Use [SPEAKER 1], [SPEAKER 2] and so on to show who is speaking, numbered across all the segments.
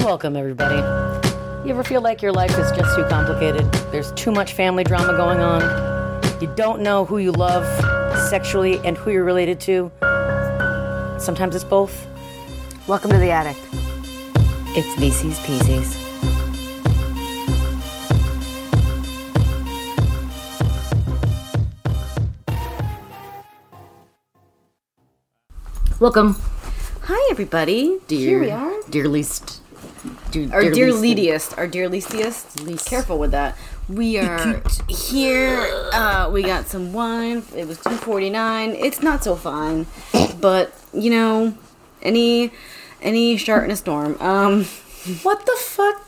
[SPEAKER 1] Welcome, everybody. You ever feel like your life is just too complicated? There's too much family drama going on. You don't know who you love sexually and who you're related to. Sometimes it's both.
[SPEAKER 2] Welcome to the attic.
[SPEAKER 3] It's VC's Peasies. Welcome. Hi, everybody. Dear,
[SPEAKER 2] Here we are.
[SPEAKER 3] Dear least. Dear,
[SPEAKER 2] Our dear
[SPEAKER 3] least-
[SPEAKER 2] leadiest, our dear leastiest. Least. Careful with that. We are here. Uh, we got some wine. It was two forty nine. It's not so fine, but you know, any any shark in a storm. Um,
[SPEAKER 1] What the fuck?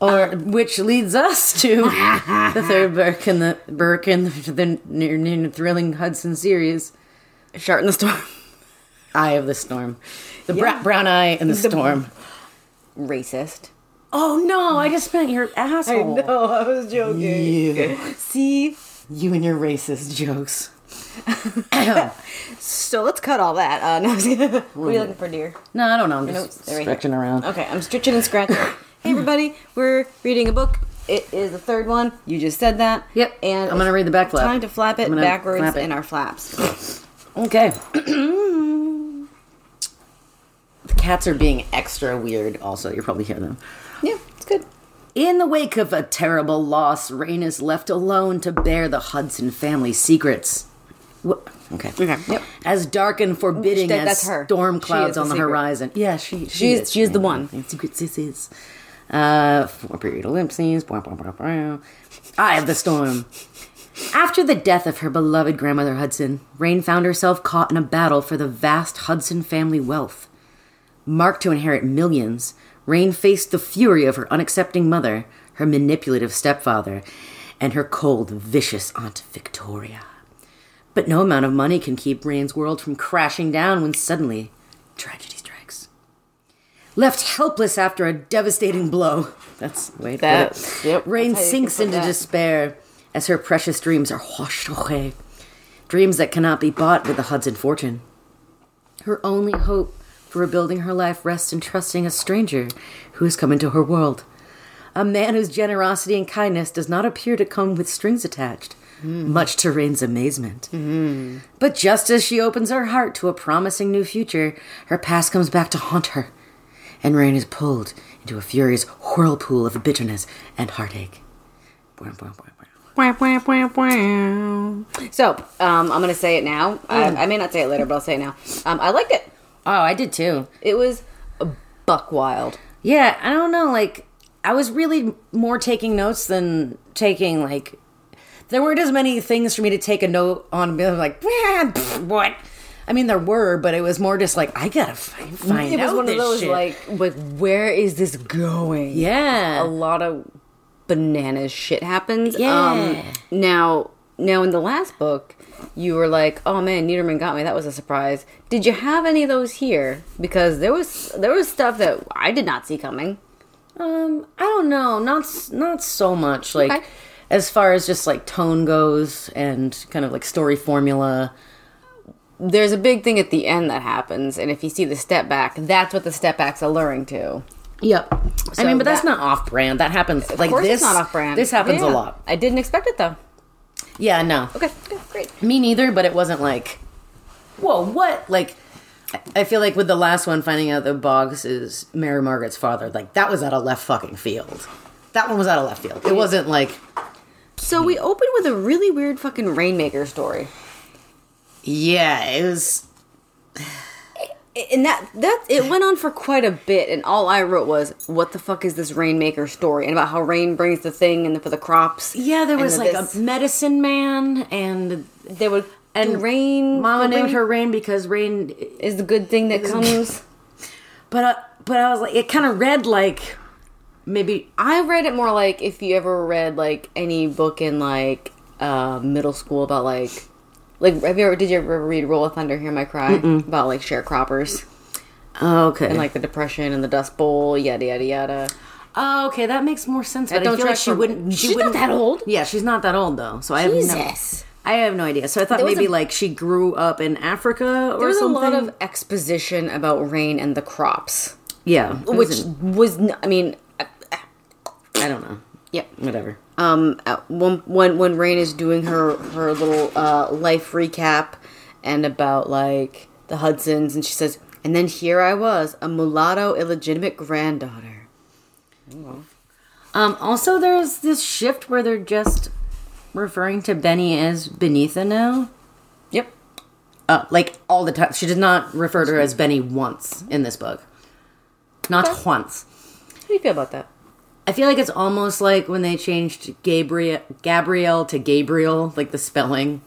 [SPEAKER 2] or
[SPEAKER 1] Which leads us to the third Burke in the Burke in the, the near, near thrilling Hudson series,
[SPEAKER 2] shark in the storm.
[SPEAKER 1] Eye of the Storm, the bra- brown eye and the, storm.
[SPEAKER 2] Racist.
[SPEAKER 1] Oh no! I just spent your asshole.
[SPEAKER 2] I was joking.
[SPEAKER 1] You,
[SPEAKER 2] See,
[SPEAKER 1] you and your racist jokes.
[SPEAKER 2] so let's cut all that. Uh, no, I was gonna, what are you looking for, dear?
[SPEAKER 1] No, I don't know. I'm just
[SPEAKER 2] Nope, they're right
[SPEAKER 1] stretching around.
[SPEAKER 2] Okay, I'm stretching and scratching. hey, everybody, we're reading a book. It is the third one. You just said that.
[SPEAKER 1] Yep,
[SPEAKER 2] And
[SPEAKER 1] I'm gonna read the back flap.
[SPEAKER 2] Time to flap it
[SPEAKER 1] I'm gonna
[SPEAKER 2] backwards
[SPEAKER 1] flap it.
[SPEAKER 2] in our flaps.
[SPEAKER 1] Okay. the cats are being extra weird, also. You probably hear them.
[SPEAKER 2] yeah, it's good.
[SPEAKER 1] In the wake of a terrible loss, Rain is left alone to bear the Hudson family secrets. Wha- Okay.
[SPEAKER 2] Okay. Yep.
[SPEAKER 1] As dark and forbidding
[SPEAKER 2] That-
[SPEAKER 1] as
[SPEAKER 2] that's her.
[SPEAKER 1] storm
[SPEAKER 2] She
[SPEAKER 1] clouds
[SPEAKER 2] is the
[SPEAKER 1] on the
[SPEAKER 2] secret.
[SPEAKER 1] horizon. Yeah, she, she
[SPEAKER 2] She's-
[SPEAKER 1] is.
[SPEAKER 2] she's the one.
[SPEAKER 1] Secret sissies. Uh, four period ellipses. Blah, blah, blah, blah. Eye of the storm. After the death of her beloved grandmother Hudson, Rain found herself caught in a battle for the vast Hudson family wealth. Marked to inherit millions, Rain faced the fury of her unaccepting mother, her manipulative stepfather, and her cold, vicious Aunt Victoria. But no amount of money can keep Rain's world from crashing down when suddenly tragedy strikes. Left helpless after a devastating blow, that's the way to put it.
[SPEAKER 2] That's- yep,
[SPEAKER 1] Rain
[SPEAKER 2] that's how you can
[SPEAKER 1] sinks
[SPEAKER 2] put
[SPEAKER 1] into
[SPEAKER 2] that.
[SPEAKER 1] despair as her precious dreams are washed away. Dreams that cannot be bought with the Hudson fortune. Her only hope for rebuilding her life rests in trusting a stranger who has come into her world. A man whose generosity and kindness does not appear to come with strings attached,
[SPEAKER 2] Hmm.
[SPEAKER 1] much to Rain's amazement. But just as she opens her heart to a promising new future, her past comes back to haunt her, and Rain is pulled into a furious whirlpool of bitterness and heartache. Bwah, bwah, bwah, bwah.
[SPEAKER 2] So, um, I'm gonna say it now.
[SPEAKER 1] Mm.
[SPEAKER 2] I, I may not say it later, but I'll say it now. Um, I liked it.
[SPEAKER 1] Oh, I did too.
[SPEAKER 2] It was buck wild.
[SPEAKER 1] Yeah, I don't know. Like, I was really more taking notes than taking like. There weren't as many things for me to take a note on. And be like, "Wah, pff, what? I mean, there were, but it was more just like I gotta find, find
[SPEAKER 2] It was
[SPEAKER 1] out
[SPEAKER 2] one of
[SPEAKER 1] this
[SPEAKER 2] those
[SPEAKER 1] shit.
[SPEAKER 2] like, like, where is this going? a
[SPEAKER 1] yeah,
[SPEAKER 2] lot of bananas shit happens.
[SPEAKER 1] Yeah.
[SPEAKER 2] Um, now, now in the last book, you were like, "Oh man, Niederman got me. That was a surprise." Did you have any of those here? Because there was there was stuff that I did not see coming.
[SPEAKER 1] um, I don't know, not s- not so much like
[SPEAKER 2] Okay.
[SPEAKER 1] as far as just like tone goes and kind of like story formula.
[SPEAKER 2] There's a big thing at the end that happens, and if you see the step back, that's what the step back's alluring to.
[SPEAKER 1] Yep. I mean, but that's
[SPEAKER 2] that-
[SPEAKER 1] not off brand. That happens like
[SPEAKER 2] Of course,
[SPEAKER 1] this.
[SPEAKER 2] it's not off brand.
[SPEAKER 1] This happens a
[SPEAKER 2] Yeah.
[SPEAKER 1] lot.
[SPEAKER 2] I didn't expect it though.
[SPEAKER 1] Yeah, no.
[SPEAKER 2] Okay, good, great.
[SPEAKER 1] Me neither, but it wasn't like, whoa, what? Like, I- I feel like with the last one, finding out that Boggs is Mary Margaret's father, like, that was out of left fucking field. That one was out of left field. It wasn't like,
[SPEAKER 2] So we open with a really weird fucking rainmaker story.
[SPEAKER 1] yeah, it was.
[SPEAKER 2] and that that it went on for quite a bit and all i wrote was what the fuck is this rainmaker story and about how rain brings the thing and the, for the crops
[SPEAKER 1] Yeah, there
[SPEAKER 2] And
[SPEAKER 1] was
[SPEAKER 2] the
[SPEAKER 1] like
[SPEAKER 2] this-
[SPEAKER 1] a medicine man, and
[SPEAKER 2] they would and rain
[SPEAKER 1] Mama
[SPEAKER 2] the
[SPEAKER 1] named
[SPEAKER 2] rain
[SPEAKER 1] her Rain because Rain.
[SPEAKER 2] is the good thing that comes
[SPEAKER 1] But I, but I was like, it kind of read like maybe
[SPEAKER 2] i read it more like if you ever read like any book in like uh middle school about like like have you ever did you ever read roll of thunder hear my cry about like sharecroppers
[SPEAKER 1] oh, okay,
[SPEAKER 2] and like the depression and the dust bowl yada yada yada
[SPEAKER 1] oh, okay, that makes more sense. But I
[SPEAKER 2] don't
[SPEAKER 1] feel like
[SPEAKER 2] track
[SPEAKER 1] she
[SPEAKER 2] for-
[SPEAKER 1] wouldn't. She
[SPEAKER 2] She's not
[SPEAKER 1] wouldn't,
[SPEAKER 2] that old.
[SPEAKER 1] Yeah, she's not that old though. So I have no- I have no idea. So I thought
[SPEAKER 2] was
[SPEAKER 1] maybe
[SPEAKER 2] a-
[SPEAKER 1] like she grew up in Africa or
[SPEAKER 2] There's a
[SPEAKER 1] something.
[SPEAKER 2] lot of exposition about rain and the crops.
[SPEAKER 1] Yeah. it
[SPEAKER 2] which
[SPEAKER 1] wasn't-
[SPEAKER 2] was n- I mean, uh,
[SPEAKER 1] I don't know.
[SPEAKER 2] yeah.
[SPEAKER 1] Whatever.
[SPEAKER 2] um at one when when Rain is doing her her little uh life recap and about like the Hudsons and she says and then here I was a mulatto illegitimate granddaughter
[SPEAKER 1] Um, also, there's this shift where they're just referring to Benny as Benitha now.
[SPEAKER 2] yep
[SPEAKER 1] Uh, like all the time. She did not refer to her as Benny once in this book. Not once.
[SPEAKER 2] how do you feel about that
[SPEAKER 1] I feel like it's almost like when they changed Gabriel Gabrielle to Gabriel, like the spelling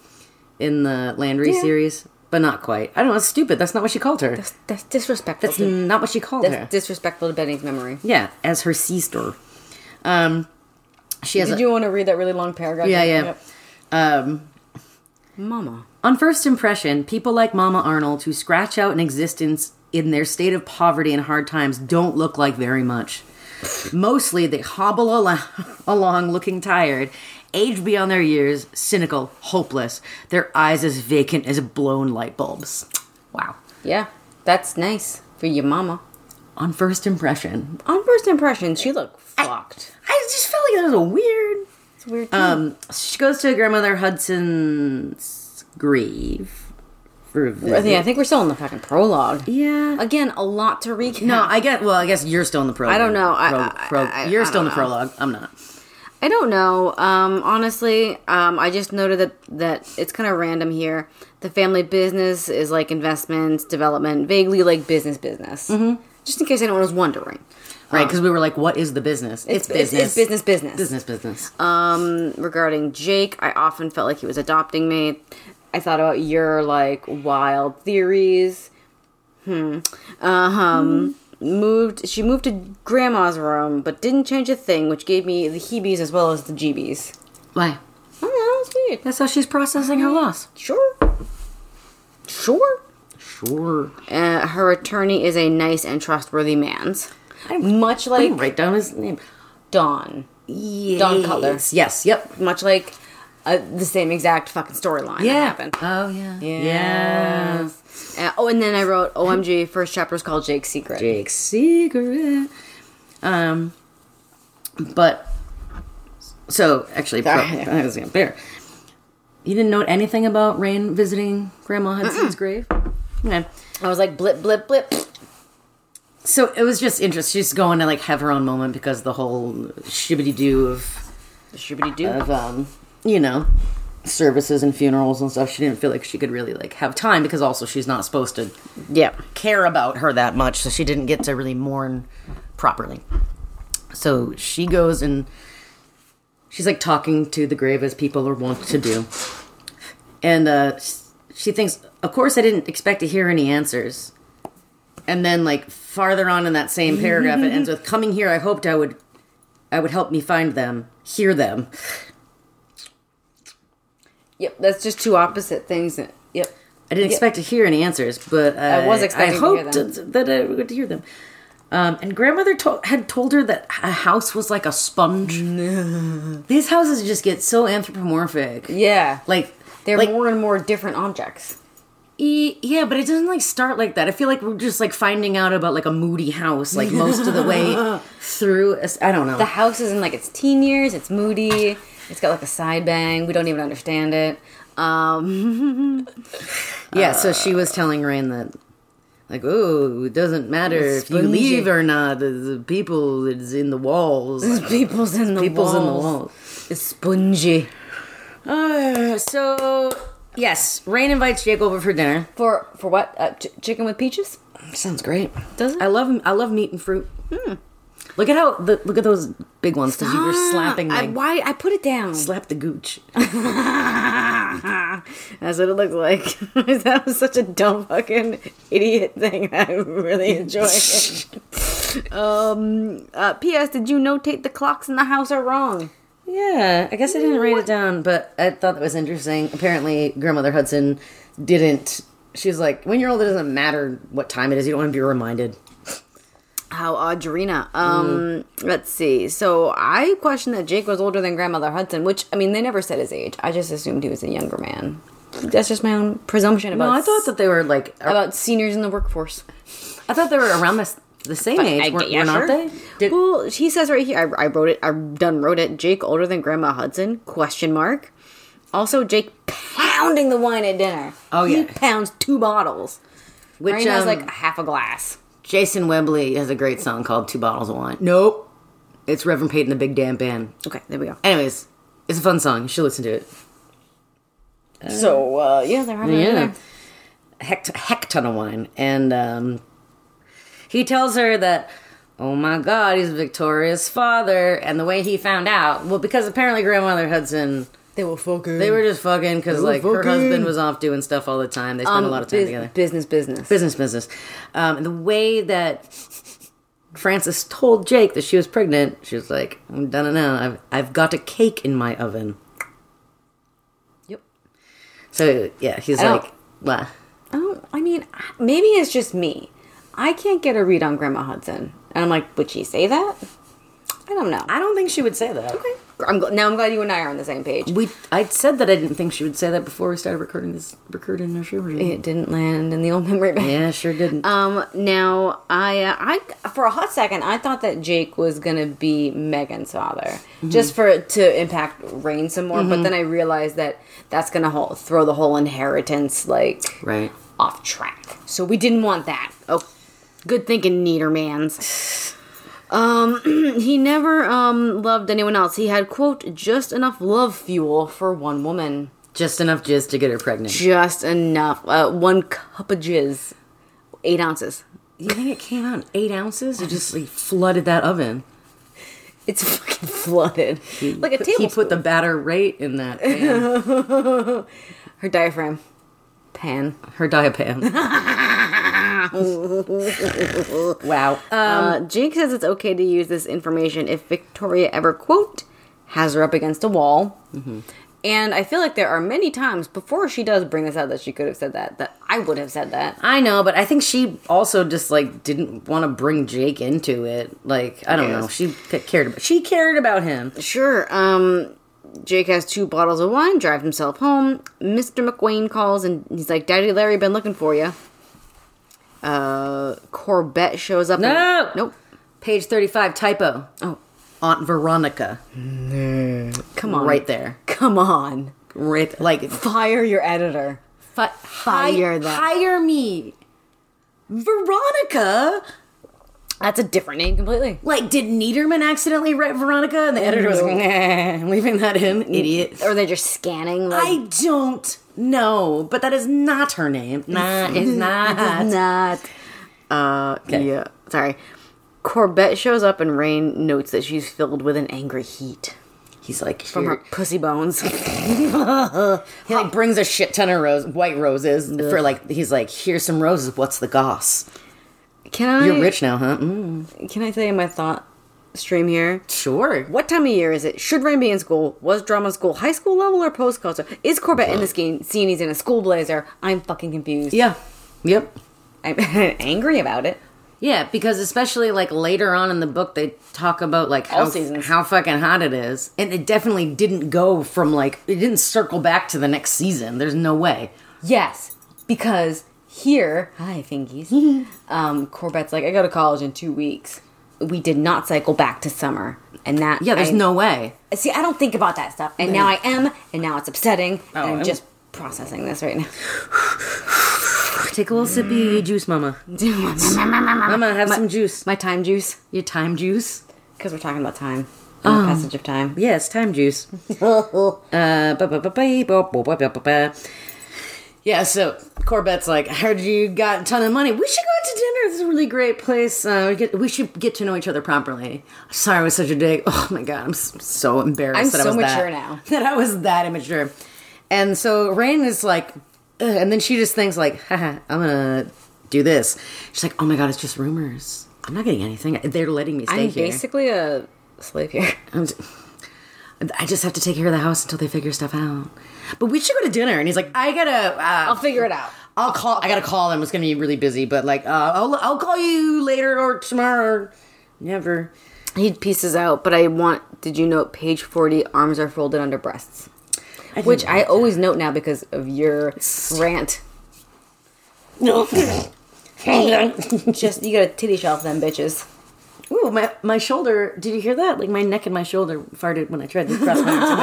[SPEAKER 1] in the Landry
[SPEAKER 2] Yeah.
[SPEAKER 1] series, but not quite. I don't know. It's stupid. That's not what she called her.
[SPEAKER 2] that's, that's disrespectful
[SPEAKER 1] That's
[SPEAKER 2] to,
[SPEAKER 1] not what she called
[SPEAKER 2] that's
[SPEAKER 1] her.
[SPEAKER 2] disrespectful to Benny's memory
[SPEAKER 1] yeah, as her sister. Um, she has.
[SPEAKER 2] did
[SPEAKER 1] a-
[SPEAKER 2] you want to read that really long paragraph
[SPEAKER 1] yeah, yeah. Um,
[SPEAKER 2] mama
[SPEAKER 1] On first impression, people like Mama Arnold, who scratch out an existence in their state of poverty and hard times, don't look like very much. Mostly, they hobble al- along looking tired, aged beyond their years, cynical, hopeless, their eyes as vacant as blown light bulbs. Wow.
[SPEAKER 2] yeah that's nice for your mama
[SPEAKER 1] On first impression,
[SPEAKER 2] on first impression she looked fucked
[SPEAKER 1] I just felt like that was a weird.
[SPEAKER 2] it's weird
[SPEAKER 1] Um, she goes to grandmother Hudson's grave. For a
[SPEAKER 2] I think, I
[SPEAKER 1] visit.
[SPEAKER 2] think we're still in the fucking prologue
[SPEAKER 1] Yeah.
[SPEAKER 2] again a lot to recap
[SPEAKER 1] No, I get. Well, I guess you're still in the prologue.
[SPEAKER 2] I don't know. I-
[SPEAKER 1] Pro-
[SPEAKER 2] I-
[SPEAKER 1] pro-
[SPEAKER 2] I-
[SPEAKER 1] you're
[SPEAKER 2] I
[SPEAKER 1] still in the
[SPEAKER 2] don't know.
[SPEAKER 1] prologue. I'm not.
[SPEAKER 2] I don't know. Um, honestly, um, I just noted that that it's kind of random here. The family business is like investments, development, vaguely like business business. Mm-hmm. Just in case anyone was wondering,
[SPEAKER 1] Right, because we were like, "What is the business? It's, business.
[SPEAKER 2] It's, business, business,
[SPEAKER 1] Business. Business.
[SPEAKER 2] Um, regarding Jake, I often felt like he was adopting me. I thought about your like wild theories. Hmm. Um. Moved. She moved to grandma's room, but didn't change a thing, which gave me the heebies as well as the jeebies. Oh,
[SPEAKER 1] Why?
[SPEAKER 2] I don't know. It's weird.
[SPEAKER 1] That's how she's processing her loss.
[SPEAKER 2] Sure. Sure.
[SPEAKER 1] Sure.
[SPEAKER 2] Uh, her attorney is a nice and trustworthy man's. Much
[SPEAKER 1] Like,
[SPEAKER 2] like
[SPEAKER 1] write down his name.
[SPEAKER 2] Dawn.
[SPEAKER 1] Yes.
[SPEAKER 2] Cutler.
[SPEAKER 1] Yes. Yep.
[SPEAKER 2] Much like uh, the same exact fucking storyline that happened.
[SPEAKER 1] Oh yeah. Yeah.
[SPEAKER 2] Yes. Uh, oh, and then I wrote OMG, first chapter is called Jake's Secret.
[SPEAKER 1] Jake's secret. Um, but so actually, pro-
[SPEAKER 2] Sorry.
[SPEAKER 1] I was gonna bear. You didn't note anything about Rain visiting Grandma Hudson's grave. Okay.
[SPEAKER 2] I was like, blip, blip, blip.
[SPEAKER 1] So it was just interesting. She's going to like have her own moment because the whole shibbity doo of,
[SPEAKER 2] Shibbity doo.
[SPEAKER 1] of um, you know, services and funerals and stuff. She didn't feel like she could really like have time because also she's not supposed to
[SPEAKER 2] yeah.
[SPEAKER 1] care about her that much, so she didn't get to really mourn properly. So she goes and she's like talking to the grave as people are wont to do. And uh, s- she thinks, of course, I didn't expect to hear any answers. And then, like farther on in that same paragraph, it ends with, "Coming here, I hoped I would, I would help me find them, hear them."
[SPEAKER 2] Yep. That's just two opposite things. that- Yep.
[SPEAKER 1] I didn't expect to hear any answers, but I,
[SPEAKER 2] was expecting
[SPEAKER 1] I
[SPEAKER 2] to hear
[SPEAKER 1] hoped
[SPEAKER 2] them.
[SPEAKER 1] that I would hear them. Um, and grandmother to- had told her that a house was like a sponge. These houses just get so anthropomorphic.
[SPEAKER 2] Yeah.
[SPEAKER 1] Like
[SPEAKER 2] They're
[SPEAKER 1] like,
[SPEAKER 2] more and more different objects.
[SPEAKER 1] e- yeah, but it doesn't like start like that. I feel like we're just like finding out about like a moody house like most of the way through. a s- I don't know.
[SPEAKER 2] The house is in like its teen years. It's moody. It's got like a side bang. We don't even understand it. Um,
[SPEAKER 1] yeah, so she was telling Rain that. Like, oh, it doesn't matter if you
[SPEAKER 2] spongy.
[SPEAKER 1] leave or not. The, the people is in the walls.
[SPEAKER 2] people's in the
[SPEAKER 1] People's in the walls.
[SPEAKER 2] It's spongy.
[SPEAKER 1] Uh, so yes, Rain invites Jake over for dinner.
[SPEAKER 2] For for what? Uh, ch- chicken with peaches?
[SPEAKER 1] Sounds great.
[SPEAKER 2] Does it?
[SPEAKER 1] I love I love meat and fruit. Look at how the, look at those big ones because you were slapping
[SPEAKER 2] Ah,
[SPEAKER 1] my
[SPEAKER 2] I, why I put it down.
[SPEAKER 1] slap the gooch.
[SPEAKER 2] That's what it looked like. that was such a dumb fucking idiot thing. I really enjoy it. um. Uh, P.S. Did you notate the clocks in the house are wrong?
[SPEAKER 1] Yeah, I guess I didn't write it down, but I thought that was interesting. Apparently, grandmother Hudson didn't. She's like, when you're old, it doesn't matter what time it is. You don't want to be reminded.
[SPEAKER 2] How Audrina. Um, let's see. So I questioned that Jake was older than grandmother Hudson, which I mean they never said his age. I just assumed he was a younger man. That's just my own presumption about
[SPEAKER 1] No, I thought that they were like.
[SPEAKER 2] about seniors in the workforce.
[SPEAKER 1] I thought they were around this the same age, were, were not they? Did-
[SPEAKER 2] well, he says right here. I, I wrote it. I done wrote it. Jake older than Grandma Hudson? Question mark. Also, Jake pounding the wine at dinner.
[SPEAKER 1] Oh,
[SPEAKER 2] he
[SPEAKER 1] yeah.
[SPEAKER 2] pounds two bottles.
[SPEAKER 1] Which,
[SPEAKER 2] Which has
[SPEAKER 1] um,
[SPEAKER 2] like half a glass.
[SPEAKER 1] Jason Wembley has a great song called Two Bottles of Wine. Nope. It's Reverend Pate and the Big Damn Band.
[SPEAKER 2] Okay, there we go.
[SPEAKER 1] Anyways, it's a fun song. You should listen to it.
[SPEAKER 2] so uh, yeah, they're having yeah.
[SPEAKER 1] Yeah. Heck, heck ton of wine. And um, he tells her that, oh my God, he's Victoria's father. And the way he found out, well, because apparently Grandmother Hudson,
[SPEAKER 2] They were fucking.
[SPEAKER 1] they were just fucking because,
[SPEAKER 2] were
[SPEAKER 1] like, her
[SPEAKER 2] fucking. Um,
[SPEAKER 1] husband was off doing stuff all the time. They spent a lot of time together.
[SPEAKER 2] Business, business.
[SPEAKER 1] business business um, and the way that frances told jake that she was pregnant she was like i'm done now I've, I've got a cake in my oven
[SPEAKER 2] Yep.
[SPEAKER 1] so yeah he's
[SPEAKER 2] I don't-
[SPEAKER 1] like "Wah."
[SPEAKER 2] Oh, I mean, I- maybe it's just me. I can't get a read on Grandma Hudson, and I'm like, would she say that? I don't know.
[SPEAKER 1] i don't think she would say that okay
[SPEAKER 2] I'm gl- now I'm glad you and I are on the same page.
[SPEAKER 1] we i said that i didn't think she would say that before we started recording this recording our show
[SPEAKER 2] It didn't land in the old memory bank.
[SPEAKER 1] yeah sure didn't
[SPEAKER 2] Um, now I, uh, I for a hot second I thought that Jake was gonna be Megan's father,
[SPEAKER 1] Mm-hmm.
[SPEAKER 2] just for it to impact Rain some more. But then I realized that that's gonna whole, throw the whole inheritance like
[SPEAKER 1] right
[SPEAKER 2] off track. So we didn't want that. Oh, good thinking, Niedermans. Um, he never um loved anyone else. He had quote just enough love fuel for one woman,
[SPEAKER 1] just enough jizz to get her pregnant
[SPEAKER 2] just enough. Uh, one cup of jizz, eight ounces.
[SPEAKER 1] you think it came out in eight ounces it just like, flooded that oven
[SPEAKER 2] It's fucking flooded, like a
[SPEAKER 1] he
[SPEAKER 2] tablespoon.
[SPEAKER 1] put the batter right in that pan,
[SPEAKER 2] her diaphragm pan.
[SPEAKER 1] her diapan wow
[SPEAKER 2] uh, Jake says it's okay to use this information if Victoria ever, quote, has her up against a wall. And I feel like there are many times before she does bring this out that she could have said that, that I would have said that.
[SPEAKER 1] I know, but I think she also just like didn't want to bring Jake into it. Like I don't know,
[SPEAKER 2] Yes.
[SPEAKER 1] she ca- cared about she cared about him.
[SPEAKER 2] Sure. Um, Jake has two bottles of wine, drives himself home. Mr. McWayne calls and he's like, Daddy Larry, been looking for you. Uh, Corbett shows up.
[SPEAKER 1] No!
[SPEAKER 2] and- nope.
[SPEAKER 1] Page thirty-five typo.
[SPEAKER 2] Oh,
[SPEAKER 1] Aunt Veronica,
[SPEAKER 2] come on.
[SPEAKER 1] Mm. right there,
[SPEAKER 2] Come on.
[SPEAKER 1] right th- like
[SPEAKER 2] Fire your editor.
[SPEAKER 1] fi-
[SPEAKER 2] Fire
[SPEAKER 1] hi-
[SPEAKER 2] that.
[SPEAKER 1] hire me, Veronica.
[SPEAKER 2] That's a different name completely.
[SPEAKER 1] Like, did Niederman accidentally write Veronica? And the editor was like, nah, I'm leaving that in, idiot.
[SPEAKER 2] Or they're just scanning. Like,
[SPEAKER 1] I don't know, but that is not her name. Nah, it's not.
[SPEAKER 2] not. Uh, yeah. Sorry. Corbett shows up and Rain notes that she's filled with an angry heat
[SPEAKER 1] He's like,
[SPEAKER 2] from her
[SPEAKER 1] "Here,
[SPEAKER 2] pussy bones.
[SPEAKER 1] He like brings a shit ton of rose, white roses for like he's like, here's some roses. What's the goss?
[SPEAKER 2] Can I?
[SPEAKER 1] You're rich now, huh? Mm.
[SPEAKER 2] Can I tell you my thought stream here?
[SPEAKER 1] Sure.
[SPEAKER 2] What time of year is it? Should Rain be in school? Was drama school high school level or post culture? Is Corbett in this game? Scene he's in a school blazer. I'm fucking confused.
[SPEAKER 1] Yeah. Yep.
[SPEAKER 2] I'm angry about it.
[SPEAKER 1] Yeah, because especially like later on in the book, they talk about like
[SPEAKER 2] All
[SPEAKER 1] how,
[SPEAKER 2] seasons.
[SPEAKER 1] how fucking hot it is, and it definitely didn't go from like it didn't circle back to the next season. There's no way.
[SPEAKER 2] Yes, because here, hi Fingies, um, Corbett's like, I go to college in two weeks. We did not cycle back to summer, and that
[SPEAKER 1] Yeah, there's
[SPEAKER 2] I-
[SPEAKER 1] no way.
[SPEAKER 2] See, I don't think about that stuff, and now I am, and now it's upsetting,
[SPEAKER 1] Oh,
[SPEAKER 2] and I'm
[SPEAKER 1] I'm-
[SPEAKER 2] just processing this right now.
[SPEAKER 1] Take a little sip of your juice, Mama. Mama, have some juice.
[SPEAKER 2] My time juice,
[SPEAKER 1] Your time juice.
[SPEAKER 2] because we're talking about time, and
[SPEAKER 1] Um,
[SPEAKER 2] the passage of time.
[SPEAKER 1] Yes, time juice. Uh, ba- ba- ba- ba- ba- ba- ba- ba- ba- ba. Yeah, so Corbett's like, I heard you got a ton of money. We should go out to dinner. This is a really great place. Uh, we, get, we should get to know each other properly. Sorry, I was such a dick. Oh my god, I'm s- so embarrassed
[SPEAKER 2] I'm
[SPEAKER 1] that I
[SPEAKER 2] so
[SPEAKER 1] was that-
[SPEAKER 2] mature now.
[SPEAKER 1] That I was that immature. And so Rain is like, Ugh, and then she just thinks like, Haha, I'm gonna do this. She's like, oh my god, it's just rumors. I'm not getting anything. They're letting me stay
[SPEAKER 2] I'm
[SPEAKER 1] here.
[SPEAKER 2] basically a slave here.
[SPEAKER 1] I'm just, I just have to take care of the house until they figure stuff out. But we should go to dinner. And he's like, I gotta. Uh,
[SPEAKER 2] I'll figure it out.
[SPEAKER 1] I'll call. I gotta call him. It's gonna be really busy, but like, uh, I'll I'll call you later or tomorrow. Or never.
[SPEAKER 2] He pieces out, but I want. Did you note page forty? Arms are folded under breasts, which I always note now because of your rant.
[SPEAKER 1] No.
[SPEAKER 2] Just you gotta titty shop them bitches.
[SPEAKER 1] Ooh, my my shoulder. Did you hear that? Like my neck and my shoulder farted when I tried to cross my legs. It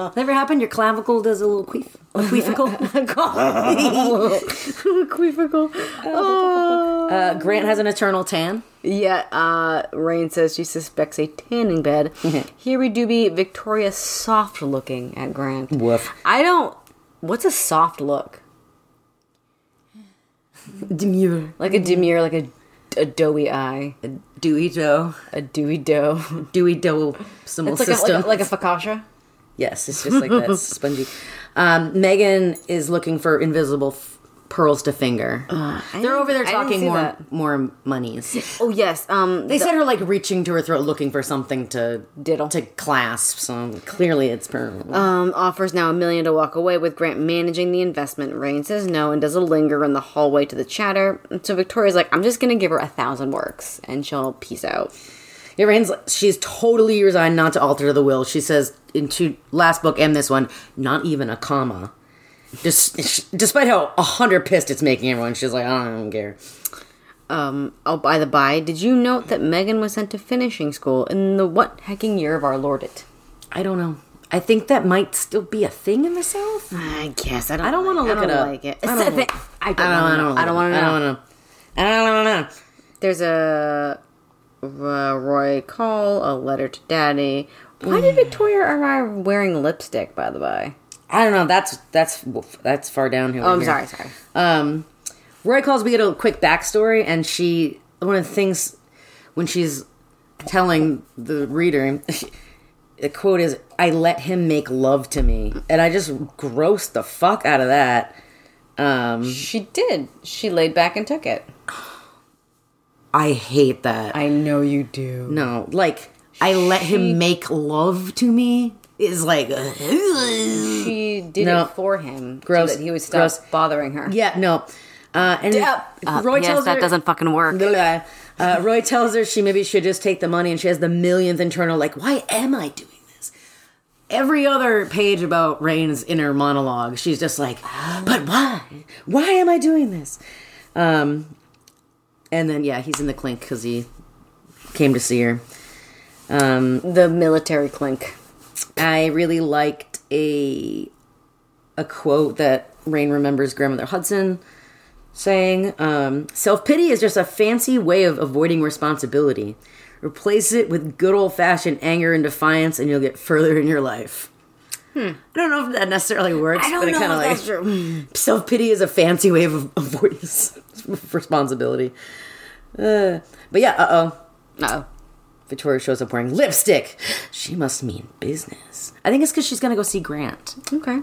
[SPEAKER 1] went, Never happened. Your clavicle does a little queef, a queeficle.
[SPEAKER 2] Queefical.
[SPEAKER 1] Uh, Grant has an eternal tan.
[SPEAKER 2] Yeah, uh, Rain says she suspects a tanning bed. Here we do be Victoria soft looking at Grant.
[SPEAKER 1] Woof.
[SPEAKER 2] I don't. What's a soft look?
[SPEAKER 1] Demure.
[SPEAKER 2] Like a demure, like a, a doughy eye,
[SPEAKER 1] Dewey dough.
[SPEAKER 2] a dewy dough.
[SPEAKER 1] Dewey dough. Symbol
[SPEAKER 2] It's like a,
[SPEAKER 1] system.
[SPEAKER 2] like, a, like a focaccia.
[SPEAKER 1] Yes, it's just like that spongy. Um, Megan is looking for invisible f- pearls to finger. They're over there
[SPEAKER 2] Uh, I didn't
[SPEAKER 1] talking
[SPEAKER 2] see
[SPEAKER 1] more
[SPEAKER 2] that.
[SPEAKER 1] more monies.
[SPEAKER 2] Oh yes. Um,
[SPEAKER 1] They said her like reaching to her throat, looking for something to
[SPEAKER 2] Diddle.
[SPEAKER 1] to clasp. So clearly, it's pearls.
[SPEAKER 2] Um, offers now a million to walk away with Grant managing the investment. Rain says no and does a linger in the hallway to the chatter. So Victoria's like, I'm just gonna give her a thousand works and she'll peace out.
[SPEAKER 1] It rains. She's totally resigned not to alter the will. She says in two last book and this one, not even a comma. Des- despite how a hundred pissed it's making everyone, she's like, I don't care.
[SPEAKER 2] Um, oh, by the by, did you note that Megan was sent to finishing school in the what hecking year of our Lord it?
[SPEAKER 1] I don't know. I think that might still be a thing in the South.
[SPEAKER 2] I guess I don't.
[SPEAKER 1] I don't want to look
[SPEAKER 2] I don't
[SPEAKER 1] it up.
[SPEAKER 2] Like it.
[SPEAKER 1] I don't,
[SPEAKER 2] It's a
[SPEAKER 1] know.
[SPEAKER 2] thing- I
[SPEAKER 1] I
[SPEAKER 2] don't.
[SPEAKER 1] don't,
[SPEAKER 2] wanna
[SPEAKER 1] I
[SPEAKER 2] know.
[SPEAKER 1] don't,
[SPEAKER 2] I don't want to know.
[SPEAKER 1] I don't know. I don't know.
[SPEAKER 2] There's a uh, Roy call, a letter to Daddy. Why did Victoria arrive wearing lipstick? By the by.
[SPEAKER 1] I don't know. That's that's that's far down here.
[SPEAKER 2] Oh, I'm sorry. Sorry.
[SPEAKER 1] Um, Roy calls. We get a quick backstory, and she one of the things when she's telling the reader, the quote is, "I let him make love to me," and I just grossed the fuck out of that. Um,
[SPEAKER 2] She did. She laid back and took it.
[SPEAKER 1] I hate that.
[SPEAKER 2] I know you do.
[SPEAKER 1] no, like I let him make love to me is like.
[SPEAKER 2] She did
[SPEAKER 1] No.
[SPEAKER 2] it for him.
[SPEAKER 1] Gross.
[SPEAKER 2] So that he would stop
[SPEAKER 1] Gross.
[SPEAKER 2] bothering her.
[SPEAKER 1] Yeah, no. Uh, and Roy tells her,
[SPEAKER 2] fucking work.
[SPEAKER 1] Blah. Uh, Roy tells her she maybe should just take the money, and she has the millionth internal like, "Why am I doing this?" Every other page about Rain's inner monologue, she's just like, "But why? Why am I doing this?" Um, and then yeah, he's in the clink because he came to see her. Um,
[SPEAKER 2] The military clink.
[SPEAKER 1] I really liked a a quote that Rain remembers grandmother Hudson saying, um, "Self pity is just a fancy way of avoiding responsibility. Replace it with good old fashioned anger and defiance, and you'll get further in your life." I don't know if that necessarily works, but it kind of like self pity is a fancy way of avoiding s- responsibility. Uh, but yeah, uh oh.
[SPEAKER 2] No.
[SPEAKER 1] Victoria shows up wearing lipstick. She must mean business. I think it's because she's gonna go see Grant.
[SPEAKER 2] Okay.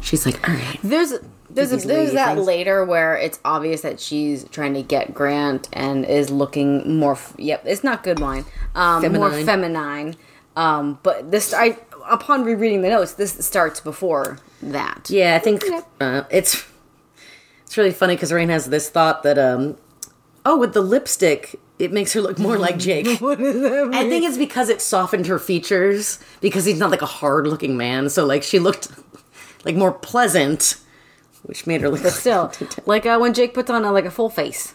[SPEAKER 1] She's like, all right.
[SPEAKER 2] There's there's a,
[SPEAKER 1] These lady
[SPEAKER 2] there's that
[SPEAKER 1] things.
[SPEAKER 2] later where it's obvious that she's trying to get Grant and is looking more. f- Yep, it's not good wine. Um, More
[SPEAKER 1] Feminine.
[SPEAKER 2] feminine. Um, but this I upon rereading the notes, this starts before that.
[SPEAKER 1] Yeah, I think uh, it's it's really funny because Rain has this thought that um, oh, with the lipstick, it makes her look more like Jake. I think it's because it softened her features because he's not like a hard looking man, so like she looked like more pleasant, which made her look.
[SPEAKER 2] But still, like uh, when Jake puts on a, like a full face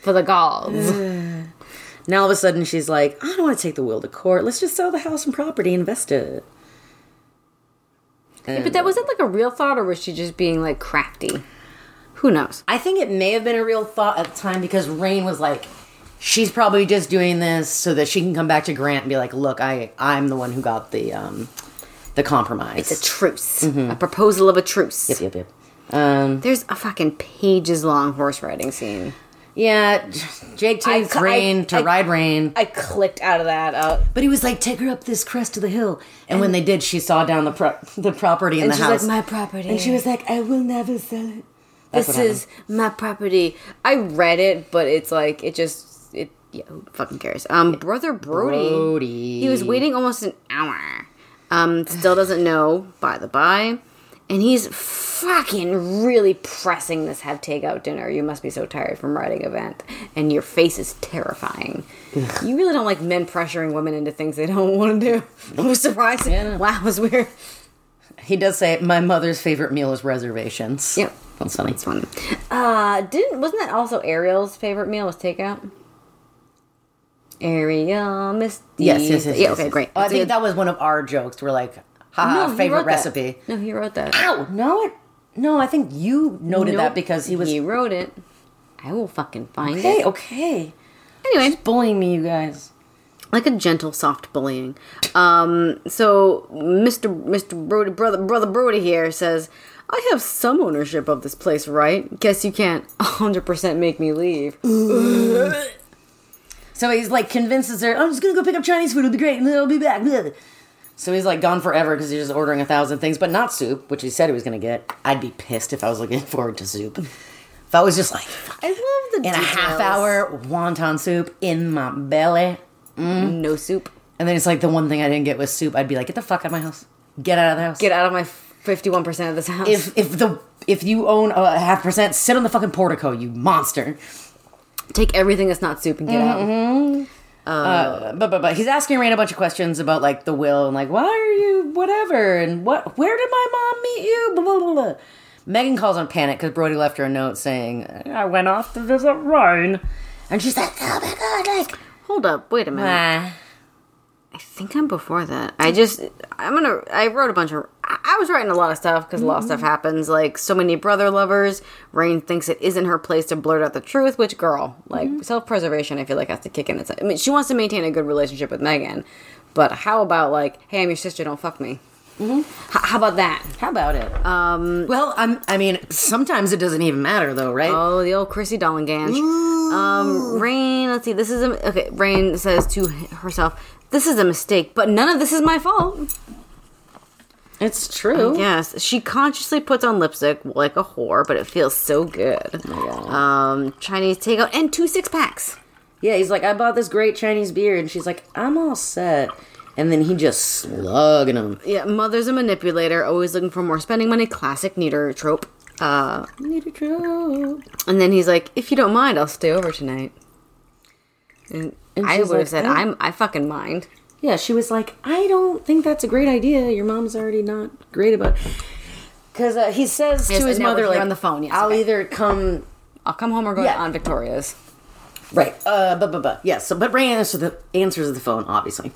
[SPEAKER 2] for the Gauls.
[SPEAKER 1] Now all of a sudden she's like, I don't want to take the will to court. Let's just sell the house and property, and invest it.
[SPEAKER 2] but that wasn't like a real thought, or was she just being like crafty? Who knows?
[SPEAKER 1] I think it may have been a real thought at the time because Rain was like, she's probably just doing this so that she can come back to Grant and be like, look, I I'm the one who got the um the compromise.
[SPEAKER 2] It's a truce, a proposal of a truce.
[SPEAKER 1] yep, yep. Um,
[SPEAKER 2] There's a fucking pages long horse riding scene.
[SPEAKER 1] yeah, Jake takes
[SPEAKER 2] I-
[SPEAKER 1] Rain to
[SPEAKER 2] I-
[SPEAKER 1] ride Rain,
[SPEAKER 2] I clicked out of that. Uh,
[SPEAKER 1] but he was like, take her up this crest of the hill. And, when they did, she saw down the pro- the property in the
[SPEAKER 2] she's
[SPEAKER 1] house,
[SPEAKER 2] like, my property.
[SPEAKER 1] and she was like, I will never sell it.
[SPEAKER 2] this
[SPEAKER 1] what
[SPEAKER 2] is my property. I read it, but it's like, it just, it, yeah, who fucking cares? Um, Brother Brody.
[SPEAKER 1] Brody.
[SPEAKER 2] He was waiting almost an hour. Um, still doesn't know, by the by. And he's fucking really pressing this have takeout dinner. You must be so tired from riding event. And your face is terrifying. you really don't like men pressuring women into things they don't want to do. I was surprised. Wow, it was weird.
[SPEAKER 1] He does say my mother's favorite meal is reservations.
[SPEAKER 2] Yep.
[SPEAKER 1] That's funny.
[SPEAKER 2] That's one. Uh, didn't wasn't that also Ariel's favorite meal was takeout? Ariel, Miss.
[SPEAKER 1] Yes, yes, yes.
[SPEAKER 2] Yeah.
[SPEAKER 1] yes,
[SPEAKER 2] okay,
[SPEAKER 1] yes.
[SPEAKER 2] great.
[SPEAKER 1] Oh, I
[SPEAKER 2] That's
[SPEAKER 1] think
[SPEAKER 2] good.
[SPEAKER 1] that was one of our jokes. We're like, ha,
[SPEAKER 2] No,
[SPEAKER 1] ha,
[SPEAKER 2] he
[SPEAKER 1] favorite
[SPEAKER 2] wrote that.
[SPEAKER 1] recipe.
[SPEAKER 2] No, he wrote that.
[SPEAKER 1] Oh, no, it, no, I think you noted
[SPEAKER 2] Nope.
[SPEAKER 1] that because he was.
[SPEAKER 2] He wrote it. I will fucking find
[SPEAKER 1] Okay,
[SPEAKER 2] it.
[SPEAKER 1] okay.
[SPEAKER 2] Anyway,
[SPEAKER 1] Bullying me, you guys.
[SPEAKER 2] like a gentle, soft bullying. Um, so Mr. Mr. Brody, brother, brother Brody here says, "I have some ownership of this place, right? Guess you can't 100% make me leave."
[SPEAKER 1] So he's like convinces her, I'm just gonna go pick up Chinese food, it'll be great, and then I'll be back. Blah. So he's like gone forever because he's just ordering a thousand things, but not soup, which he said he was gonna get. I'd be pissed if I was looking forward to soup. If I was just like,
[SPEAKER 2] I love the
[SPEAKER 1] in a half hour, wonton soup in my belly.
[SPEAKER 2] no soup.
[SPEAKER 1] And then it's like the one thing I didn't get was soup. I'd be like, get the fuck out of my house. Get out of the house.
[SPEAKER 2] Get out of my 51% of this house.
[SPEAKER 1] if if the if you own a half percent, sit on the fucking portico, you monster.
[SPEAKER 2] Take everything that's not soup and get out.
[SPEAKER 1] Uh, but but but he's asking Rain a bunch of questions about like the will and like why are you whatever and what where did my mom meet you? Blah blah blah. blah. Megan calls on panic because Brody left her a note saying I went off to visit Rain, and she's like, oh my god, like.
[SPEAKER 2] Hold up, wait a minute.
[SPEAKER 1] ah.
[SPEAKER 2] I think I'm before that. I just, I'm gonna, I wrote a bunch of, I I was writing a lot of stuff because a lot of stuff happens. Like, so many brother lovers. Rain thinks it isn't her place to blurt out the truth, which, girl, like, self preservation, I feel like has to kick in. It's, I mean, she wants to maintain a good relationship with Megan, but how about, like, hey, I'm your sister, don't fuck me? Mm-hmm. how about that?
[SPEAKER 1] How about it? Um, well, I'm, I mean, sometimes it doesn't even matter though, right?
[SPEAKER 2] Oh, the old Chrissy Dolenganj. Um, Rain, let's see. This is a okay. Rain says to herself, "This is a mistake, but none of this is my fault."
[SPEAKER 1] it's true.
[SPEAKER 2] Yes, she consciously puts on lipstick like a whore, but it feels so good. Um, Chinese takeout and two six packs.
[SPEAKER 1] Yeah, he's like, I bought this great Chinese beer, and she's like, I'm all set. And then he just slugging him.
[SPEAKER 2] Yeah, mother's a manipulator, always looking for more spending money. Classic neater trope. Uh,
[SPEAKER 1] Need a drink.
[SPEAKER 2] and then he's like, "If you don't mind, I'll stay over tonight." And, I
[SPEAKER 1] she's
[SPEAKER 2] would have
[SPEAKER 1] like,
[SPEAKER 2] said,
[SPEAKER 1] "Oh."
[SPEAKER 2] "I'm I fucking mind."
[SPEAKER 1] Yeah, she was like, I don't think that's a great idea. Your mom's already not great about. Because uh, he says
[SPEAKER 2] Yes,
[SPEAKER 1] to his
[SPEAKER 2] and now
[SPEAKER 1] mother,
[SPEAKER 2] we're here
[SPEAKER 1] like,
[SPEAKER 2] on the phone, yes,
[SPEAKER 1] I'll
[SPEAKER 2] okay.
[SPEAKER 1] either come
[SPEAKER 2] I'll come home or go
[SPEAKER 1] Yeah.
[SPEAKER 2] on Victoria's.
[SPEAKER 1] right. Uh, but but but yes. So, but Ray answers the answers the phone, obviously.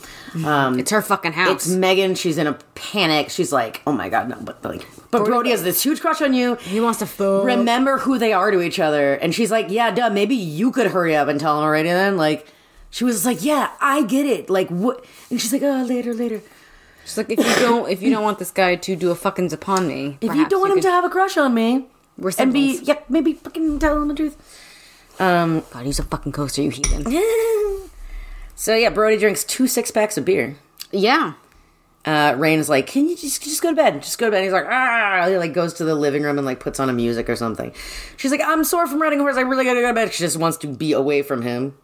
[SPEAKER 1] Um,
[SPEAKER 2] It's her fucking house.
[SPEAKER 1] It's Megan. She's in a panic. She's like, "Oh my god, no!" But like, but Brody has this huge crush on you.
[SPEAKER 2] he wants to fuck.
[SPEAKER 1] remember who they are to each other. And she's like, yeah, duh, maybe you could hurry up and tell him already then. Like, she was like, yeah, I get it. Like, what? And she's like, oh, later, later.
[SPEAKER 2] She's like, if you don't, if you don't want this guy to do a fuckings upon me,
[SPEAKER 1] If you don't want him to have a crush on me,
[SPEAKER 2] We're
[SPEAKER 1] and be,
[SPEAKER 2] siblings.
[SPEAKER 1] yeah, maybe fucking tell him the truth. Um,
[SPEAKER 2] God, use a fucking coaster, you heathen.
[SPEAKER 1] so yeah, Brody drinks two six packs of beer.
[SPEAKER 2] Yeah,
[SPEAKER 1] Uh, Rain is like, can you just just go to bed? Just go to bed. And he's like, ah, he like goes to the living room and like puts on a music or something. She's like, I'm sore from riding a horse. I really gotta go to bed. She just wants to be away from him.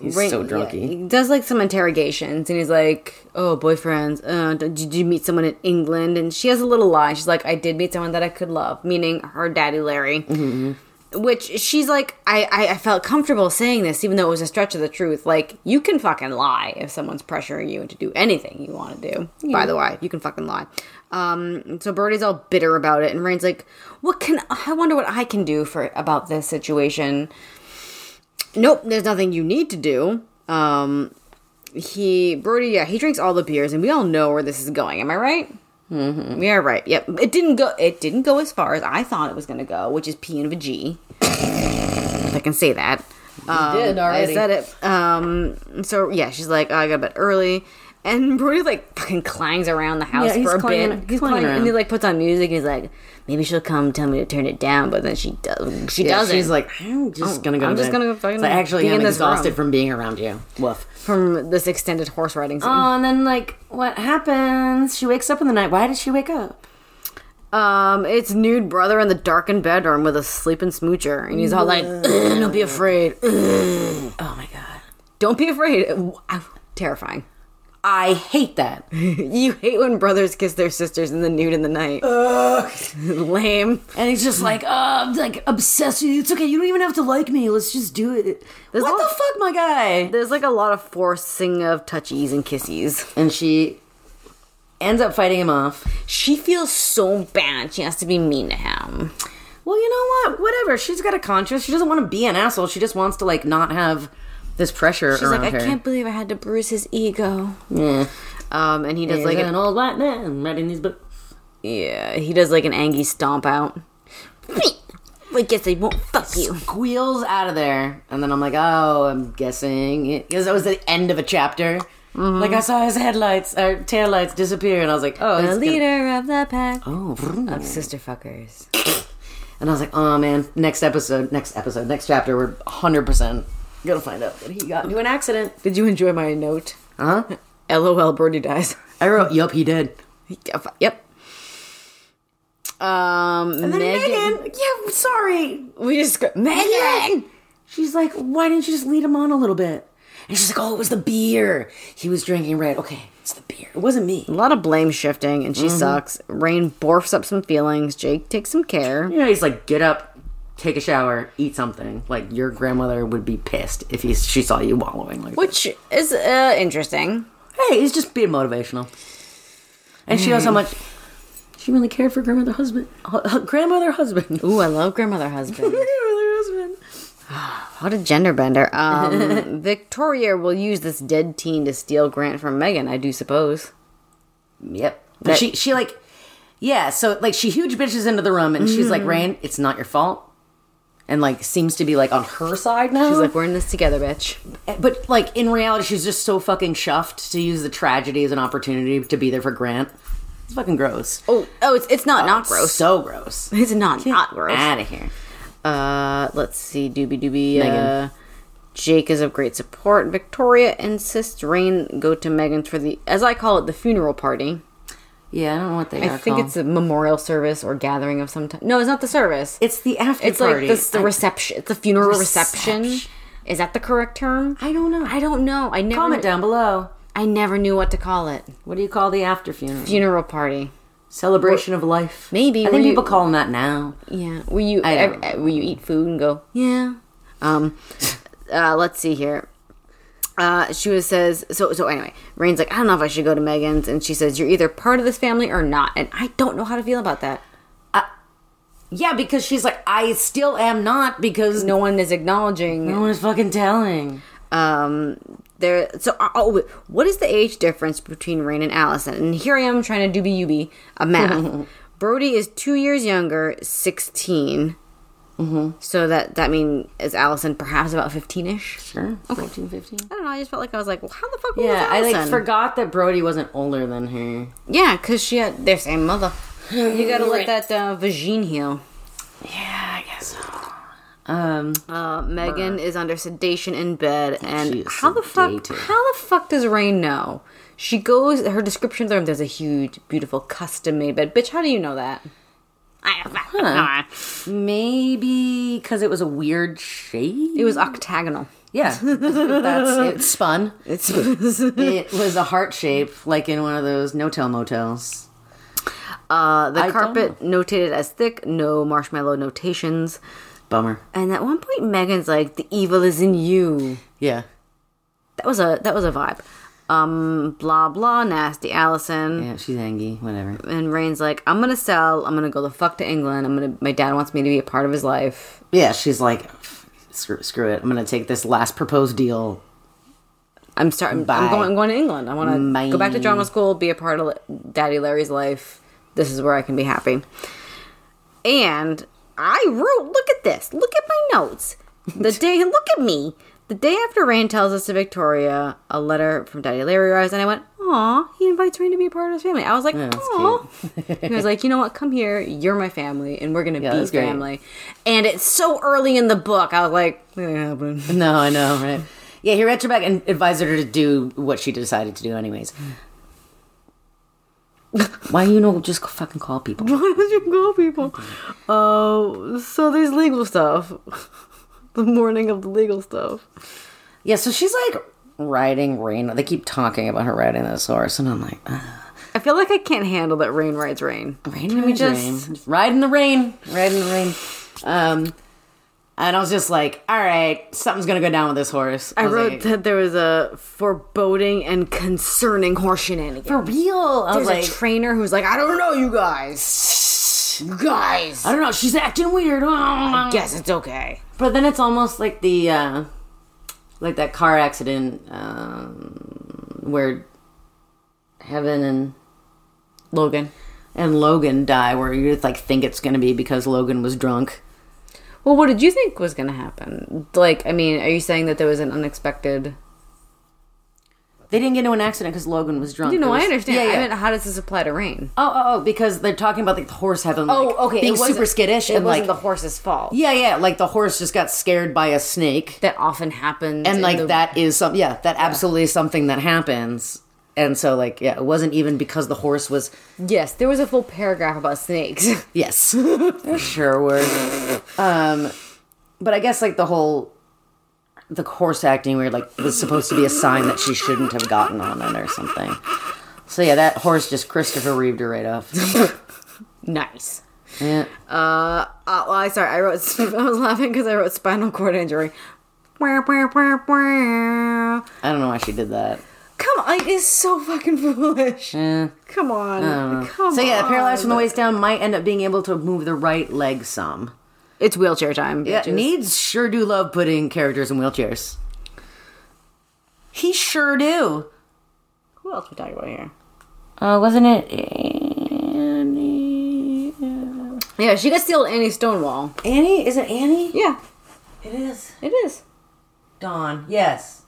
[SPEAKER 1] he's
[SPEAKER 2] Rain-
[SPEAKER 1] so drunky.
[SPEAKER 2] yeah, he does like some interrogations, and he's like, "Oh, boyfriends, uh, d- did you meet someone in England?" And she has a little lie. She's like, "I did meet someone that I could love," meaning her daddy Larry.
[SPEAKER 1] Mm-hmm.
[SPEAKER 2] Which she's like, I, I I felt comfortable saying this, even though it was a stretch of the truth. Like, you can fucking lie if someone's pressuring you to do anything you want to do. By the way, you can fucking lie. Um, so Birdie's all bitter about it, and Rain's like, "What can I wonder what I can do for about this situation?" Nope, there's nothing you need to do. Um, he Brody, yeah, he drinks all the beers, and we all know where this is going. Am I right? Mm-hmm. We are right. Yep. It didn't go. It didn't go as far as I thought it was going to go, which is P and a G. if I can say that. Um,
[SPEAKER 1] did already.
[SPEAKER 2] I said it. Um. So yeah, she's like, oh, I got to bed early, and Brody like fucking clangs around the house
[SPEAKER 1] Yeah, he's
[SPEAKER 2] for a
[SPEAKER 1] clanging-
[SPEAKER 2] bit.
[SPEAKER 1] he's clanging
[SPEAKER 2] and he
[SPEAKER 1] around.
[SPEAKER 2] like puts on music. And he's like, maybe she'll come tell me to turn it down, but then she does. She
[SPEAKER 1] Yeah,
[SPEAKER 2] doesn't.
[SPEAKER 1] She's like, "Oh, I'm just gonna go.
[SPEAKER 2] I'm
[SPEAKER 1] to
[SPEAKER 2] just
[SPEAKER 1] bed.
[SPEAKER 2] gonna go fucking
[SPEAKER 1] So I actually
[SPEAKER 2] be
[SPEAKER 1] am
[SPEAKER 2] in this
[SPEAKER 1] exhausted
[SPEAKER 2] room.
[SPEAKER 1] from being around you. Woof.
[SPEAKER 2] from this extended horse riding scene.
[SPEAKER 1] Oh, and then like, what happens? She wakes up in the night. Why did she wake up?
[SPEAKER 2] Um, it's nude brother in the darkened bedroom with a sleeping smoocher, and he's all like, "Ugh, "Don't be afraid. Ugh,
[SPEAKER 1] Oh my god,
[SPEAKER 2] Don't be afraid." Ow, Terrifying.
[SPEAKER 1] I hate that. and
[SPEAKER 2] You hate when brothers kiss their sisters in the nude in the night. Lame.
[SPEAKER 1] he's just like, oh, I'm like obsessed with you. It's okay. You don't even have to like me. Let's just do it.
[SPEAKER 2] There's
[SPEAKER 1] what
[SPEAKER 2] a lot-
[SPEAKER 1] the fuck, my guy?
[SPEAKER 2] There's like a lot of forcing of touchies and kissies.
[SPEAKER 1] And she ends up fighting him off.
[SPEAKER 2] She feels so bad. She has to be mean to him.
[SPEAKER 1] Well, you know what? Whatever. She's got a conscience. She doesn't want to be an asshole. She just wants to like not have this pressure
[SPEAKER 2] She's
[SPEAKER 1] around
[SPEAKER 2] like, I
[SPEAKER 1] her.
[SPEAKER 2] can't believe I had to bruise his ego.
[SPEAKER 1] Yeah.
[SPEAKER 2] Um, and he does
[SPEAKER 1] It's
[SPEAKER 2] like
[SPEAKER 1] like
[SPEAKER 2] an,
[SPEAKER 1] an old white man writing these books.
[SPEAKER 2] yeah, he does like an Angie stomp out. I guess they won't fuck you.
[SPEAKER 1] Squeals out of there, and then I'm like, oh, I'm guessing it because that was the end of a chapter. Like I saw his headlights or taillights disappear, and I was like, oh,
[SPEAKER 2] The
[SPEAKER 1] it's gonna-
[SPEAKER 2] leader of the pack.
[SPEAKER 1] Oh, vroom.
[SPEAKER 3] Sister fuckers.
[SPEAKER 1] and I was like, oh man, next episode, next episode, next chapter, we're 100 percent gonna find out that he got into an accident.
[SPEAKER 2] Did you enjoy my note?
[SPEAKER 1] Huh?
[SPEAKER 2] Uh-huh. LOL, Birdie dies.
[SPEAKER 1] I wrote, yup, he did.
[SPEAKER 2] Yep. Um,
[SPEAKER 1] And then
[SPEAKER 2] Megan.
[SPEAKER 1] Megan, yeah, sorry,
[SPEAKER 2] We just go, Megan!
[SPEAKER 1] She's like, why didn't you just lead him on a little bit? And she's like, oh, it was the beer. He was drinking red. Okay, it's the beer. It wasn't me.
[SPEAKER 2] A lot of blame shifting, and she sucks. Rain barfs up some feelings. Jake takes some care.
[SPEAKER 1] You know, he's like, get up, take a shower, eat something. Like your grandmother would be pissed if he, she saw you wallowing. Like,
[SPEAKER 2] Which is uh, interesting.
[SPEAKER 1] hey, he's just being motivational. And she knows how much she really cared for grandmother husband, hu- hu- grandmother husband,
[SPEAKER 2] Ooh, I love grandmother husband.
[SPEAKER 1] grandmother husband.
[SPEAKER 2] What a gender bender. Um, Victoria will use this dead teen to steal Grant from Megan, I do suppose.
[SPEAKER 1] Yep. But she she like yeah, so like she huge bitches into the room and she's
[SPEAKER 2] Mm.
[SPEAKER 1] like, Rain, it's not your fault. And like seems to be like on her side now.
[SPEAKER 2] She's like, we're in this together, bitch.
[SPEAKER 1] but like in reality, she's just so fucking chuffed to use the tragedy as an opportunity to be there for Grant. It's fucking gross.
[SPEAKER 2] Oh, oh, it's it's not not gross.
[SPEAKER 1] So gross.
[SPEAKER 2] It's not not gross.
[SPEAKER 1] Out of here.
[SPEAKER 2] Uh, let's see, doobie doobie. Uh,
[SPEAKER 1] Megan.
[SPEAKER 2] Jake is of great support. Victoria insists Rain go to Megan's for the, as I call it, the funeral party.
[SPEAKER 1] Yeah, I don't know what they
[SPEAKER 2] I think it's a memorial service or gathering of some type. No, it's not the service.
[SPEAKER 1] it's the after
[SPEAKER 2] It's
[SPEAKER 1] party.
[SPEAKER 2] like this the reception. It's the funeral reception.
[SPEAKER 1] Reception.
[SPEAKER 2] Is that the correct term?
[SPEAKER 1] I don't know.
[SPEAKER 2] I don't know. I never
[SPEAKER 1] Comment down below.
[SPEAKER 2] I never knew what to call it.
[SPEAKER 1] What do you call the after funeral?
[SPEAKER 2] Funeral party.
[SPEAKER 1] Celebration of life.
[SPEAKER 2] Maybe,
[SPEAKER 1] I
[SPEAKER 2] were
[SPEAKER 1] think
[SPEAKER 2] you-
[SPEAKER 1] people call them that now.
[SPEAKER 2] Yeah. Will you
[SPEAKER 1] I
[SPEAKER 2] ev-
[SPEAKER 1] don't
[SPEAKER 2] ev- will you eat food and go? Yeah. Um. uh, let's see here. Uh, she was says so. So anyway, Rain's like, I don't know if I should go to Megan's, and she says, "You're either part of this family or not," and I don't know how to feel about that.
[SPEAKER 1] Yeah, because she's like, I still am not because
[SPEAKER 2] No one is acknowledging.
[SPEAKER 1] no one is fucking telling.
[SPEAKER 2] Um, there. So uh, oh, wait, what is the age difference between Rain and Allison? And here I am trying to do be a math. Brody is two years younger, 16 Mm-hmm. So that that mean is Allison perhaps about fifteen ish?
[SPEAKER 1] Sure. Fourteen, fifteen.
[SPEAKER 2] I don't know. I just felt like I was like, well, how the fuck? old
[SPEAKER 1] Yeah,
[SPEAKER 2] is
[SPEAKER 1] I
[SPEAKER 2] Allison?
[SPEAKER 1] like forgot that Brody wasn't older than her.
[SPEAKER 2] Yeah, cause she had their same mother. You gotta
[SPEAKER 1] Right.
[SPEAKER 2] let that uh, vagine heal.
[SPEAKER 1] Yeah, I guess so. Um,
[SPEAKER 2] Uh, Megan is under sedation in bed, and
[SPEAKER 1] is
[SPEAKER 2] how the fuck?
[SPEAKER 1] sedated.
[SPEAKER 2] How the fuck does Rain know? She goes. Her description of the room. There's a huge, beautiful, custom-made bed. Bitch, how do you know that? I
[SPEAKER 1] maybe because it was a weird shape.
[SPEAKER 2] It was octagonal.
[SPEAKER 1] yeah, that's it. Spun.
[SPEAKER 2] It's Uh,
[SPEAKER 1] It was a heart shape, like in one of those no-tell motels.
[SPEAKER 2] uh, the
[SPEAKER 1] I don't
[SPEAKER 2] carpet notated as thick. No marshmallow notations.
[SPEAKER 1] Bummer.
[SPEAKER 2] And at one point, Megan's like, "The evil is in you."
[SPEAKER 1] Yeah.
[SPEAKER 2] That was a that was a vibe. Um, blah blah, nasty Allison.
[SPEAKER 1] Yeah, she's angry. Whatever.
[SPEAKER 2] And Rain's like, I'm gonna sell. I'm gonna go the fuck to England. I'm gonna. My dad wants me to be a part of his life.
[SPEAKER 1] Yeah, she's like, screw, screw it. I'm gonna take this last proposed deal
[SPEAKER 2] I'm starting. I'm
[SPEAKER 1] Bye.
[SPEAKER 2] going. I'm going to England. I want to
[SPEAKER 1] Bye.
[SPEAKER 2] go back to drama school. Be a part of Daddy Larry's life. This is where I can be happy. And I wrote. Look at this. Look at my notes. The day. look at me. The day after Rain tells us to Victoria, a letter from Daddy Larry arrives, and I went, "Aw, he invites Rain to be a part of his family." I was like,
[SPEAKER 1] that's
[SPEAKER 2] "Aw." he was like, "You know what? Come here. You're my family, and we're gonna be
[SPEAKER 1] that's great.
[SPEAKER 2] family." And it's so early in the book. I was like, "It ain't happening."
[SPEAKER 1] No, I know, right? Yeah, he read her back and advised her to do what she decided to do, anyways. Why you know just fucking call people?
[SPEAKER 2] Why don't you go, people? Uh, so there's legal stuff. the morning of the legal stuff.
[SPEAKER 1] Yeah, so she's like riding rain. They keep talking about her riding this horse, and I'm like, ugh.
[SPEAKER 2] I feel like I can't handle that rain rides rain.
[SPEAKER 1] rain, can we just
[SPEAKER 2] just-
[SPEAKER 1] rain. ride in the rain, ride in the rain? Um, And I was just like, all right, something's going to go down with this horse.
[SPEAKER 2] I
[SPEAKER 1] was
[SPEAKER 2] wrote
[SPEAKER 1] like,
[SPEAKER 2] that there was a foreboding and concerning horse shenanigans.
[SPEAKER 1] for real. I was
[SPEAKER 2] There's
[SPEAKER 1] like,
[SPEAKER 2] a trainer who's like, I don't know, you guys. You guys.
[SPEAKER 1] I
[SPEAKER 2] I
[SPEAKER 1] don't know, she's acting weird.
[SPEAKER 2] guess it's okay.
[SPEAKER 1] But then it's almost like the uh like that car accident um where Heaven and
[SPEAKER 2] Logan.
[SPEAKER 1] and Logan die where you just like think it's gonna be because Logan was drunk.
[SPEAKER 2] Well, what did you think was going to happen? Like, I mean, are you saying that there was an unexpected.
[SPEAKER 1] They didn't get into an accident because Logan was drunk.
[SPEAKER 2] You know,
[SPEAKER 1] It was-
[SPEAKER 2] I understand.
[SPEAKER 1] Yeah, yeah.
[SPEAKER 2] I mean, how does this apply to rain?
[SPEAKER 1] oh, oh, oh, because they're talking about like, the horse having like, being super skittish
[SPEAKER 2] Oh, It
[SPEAKER 1] and
[SPEAKER 2] wasn't
[SPEAKER 1] like
[SPEAKER 2] the horse's fault.
[SPEAKER 1] yeah, yeah, like the horse just got scared by a snake.
[SPEAKER 2] That often happens.
[SPEAKER 1] and
[SPEAKER 2] in
[SPEAKER 1] like
[SPEAKER 2] the-
[SPEAKER 1] that is some yeah that absolutely is something that happens and so like yeah it wasn't even because the horse was
[SPEAKER 2] Yes, there was a full paragraph about snakes.
[SPEAKER 1] yes There sure were um but i guess like the whole the horse acting weird like was supposed to be a sign that she shouldn't have gotten on it or something so yeah that horse just christopher reeved her right off
[SPEAKER 2] nice.
[SPEAKER 1] yeah
[SPEAKER 2] Uh, uh, well, I sorry, I wrote. I was laughing because I wrote spinal cord injury. Wah, wah, wah, wah.
[SPEAKER 1] i don't know why she did that
[SPEAKER 2] Come on, like, it's so fucking foolish.
[SPEAKER 1] Eh,
[SPEAKER 2] Come
[SPEAKER 1] I
[SPEAKER 2] on,
[SPEAKER 1] don't know.
[SPEAKER 2] come
[SPEAKER 1] so yeah
[SPEAKER 2] on.
[SPEAKER 1] paralyzed from the waist down might end up being able to move the right leg some
[SPEAKER 2] It's wheelchair time.
[SPEAKER 1] Yeah,
[SPEAKER 2] bitches.
[SPEAKER 1] needs sure do love putting characters in wheelchairs. He sure do.
[SPEAKER 2] Who else we talking about here?
[SPEAKER 1] Uh, wasn't it Annie?
[SPEAKER 2] Yeah, she got steal Annie Stonewall.
[SPEAKER 1] Annie? Is it Annie?
[SPEAKER 2] Yeah,
[SPEAKER 1] It is.
[SPEAKER 2] it is.
[SPEAKER 1] Dawn. Yes.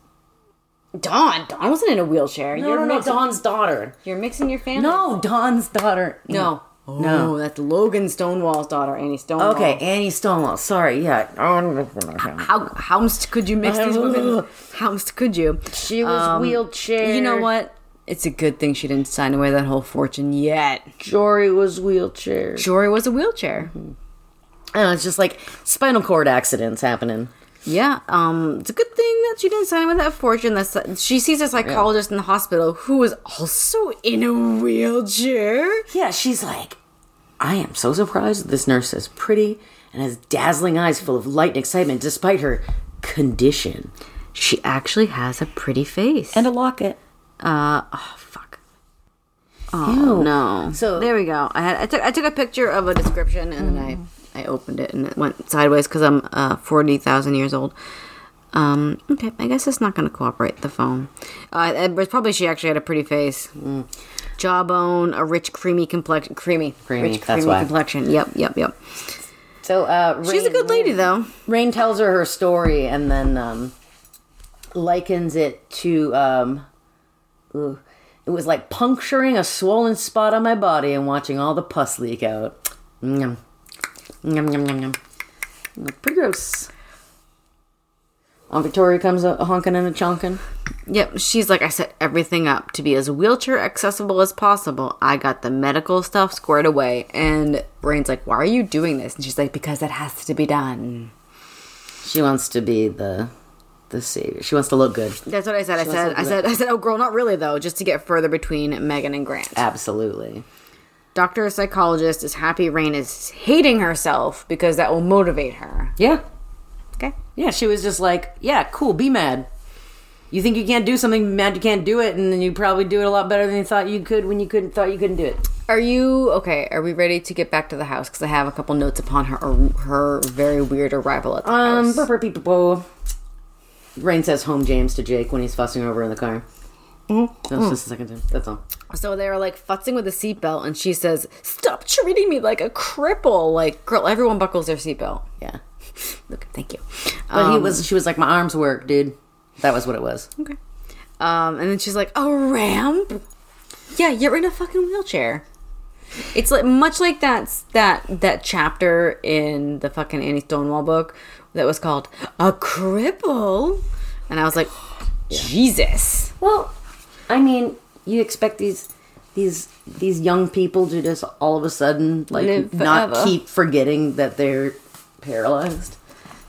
[SPEAKER 2] Dawn. Dawn wasn't in a wheelchair.
[SPEAKER 1] No,
[SPEAKER 2] you're
[SPEAKER 1] no, no.
[SPEAKER 2] mixing,
[SPEAKER 1] Dawn's daughter.
[SPEAKER 2] You're mixing your family.
[SPEAKER 1] No, Dawn's daughter.
[SPEAKER 2] no,
[SPEAKER 1] No.
[SPEAKER 2] Oh, that's Logan Stonewall's daughter, Annie Stonewall.
[SPEAKER 1] Okay, Annie Stonewall. Sorry. Yeah.
[SPEAKER 2] How how st- could you mix these women? How st- could you?
[SPEAKER 1] She was wheelchair.
[SPEAKER 2] You know what? It's a good thing she didn't sign away that whole fortune yet.
[SPEAKER 1] Jory was wheelchair.
[SPEAKER 2] Jory was a wheelchair.
[SPEAKER 1] Uh, it's just like spinal cord accidents happening.
[SPEAKER 2] Yeah, um, it's a good thing that she didn't sign with that fortune. That's she sees a psychologist in the hospital who is also in a wheelchair.
[SPEAKER 1] Yeah, she's like, I am so surprised this nurse is pretty and has dazzling eyes full of light and excitement despite her condition.
[SPEAKER 2] She actually has a pretty face.
[SPEAKER 1] And a locket.
[SPEAKER 2] uh, oh fuck. Oh no.
[SPEAKER 1] So-
[SPEAKER 2] So there we go. I had I took I took a picture of a description and then I I opened it and it went sideways because I'm uh forty thousand years old. Um, okay, I guess it's not going to cooperate the phone. Uh, it was probably she actually had a pretty face,
[SPEAKER 1] Mm.
[SPEAKER 2] jawbone, a rich creamy complexion, creamy,
[SPEAKER 1] Creamy,
[SPEAKER 2] rich
[SPEAKER 1] that's
[SPEAKER 2] creamy
[SPEAKER 1] why.
[SPEAKER 2] complexion. Yep, yep, yep.
[SPEAKER 1] So uh, Rain,
[SPEAKER 2] She's a good lady though.
[SPEAKER 1] Rain tells her her story and then um, likens it to um, ooh, it was like puncturing a swollen spot on my body and watching all the pus leak out. Yum, yum, yum, yum, yum. Pretty gross. Aunt Victoria comes a honking and a chonking.
[SPEAKER 2] Yep, she's like, I set everything up to be as wheelchair accessible as possible. I got the medical stuff squared away. And Rain's like, Why are you doing this? And she's like, Because it has to be done.
[SPEAKER 1] She wants to be the the savior. She wants to look good.
[SPEAKER 2] That's what I said. I said, I said, I said, oh, girl, not really, though, just to get further between Megan and Grant.
[SPEAKER 1] Absolutely.
[SPEAKER 2] Doctor psychologist is happy Rain is hating herself because that will motivate her.
[SPEAKER 1] Yeah.
[SPEAKER 2] Okay.
[SPEAKER 1] Yeah, she was just like, yeah, cool, be mad. You think you can't do something, be mad you can't do it, and then you probably do it a lot better than you thought you could when you couldn't thought you couldn't do it.
[SPEAKER 2] Are you okay? Are we ready to get back to the house? Because I have a couple notes upon her her very weird arrival at the
[SPEAKER 1] Um
[SPEAKER 2] house.
[SPEAKER 1] burp, burp, beep, boop. Rain says home James to Jake when he's fussing over in the car. That's just the second time. That's all.
[SPEAKER 2] So they were like futzing with the seatbelt, and she says, "Stop treating me like a cripple!" Like, girl, everyone buckles their seatbelt.
[SPEAKER 1] Yeah.
[SPEAKER 2] Okay, thank you.
[SPEAKER 1] But
[SPEAKER 2] Um,
[SPEAKER 1] he was she was like, My arms work, dude. That was what it was.
[SPEAKER 2] okay. Um, and then she's like, "A ramp? Yeah, you're in a fucking wheelchair." It's like much like that that that chapter in the fucking Annie Stonewall book that was called "A Cripple," and I was like, "Jesus."
[SPEAKER 1] Well, I mean, you expect these these these young people to just all of a sudden like
[SPEAKER 2] Live
[SPEAKER 1] not
[SPEAKER 2] forever.
[SPEAKER 1] keep forgetting that they're paralyzed.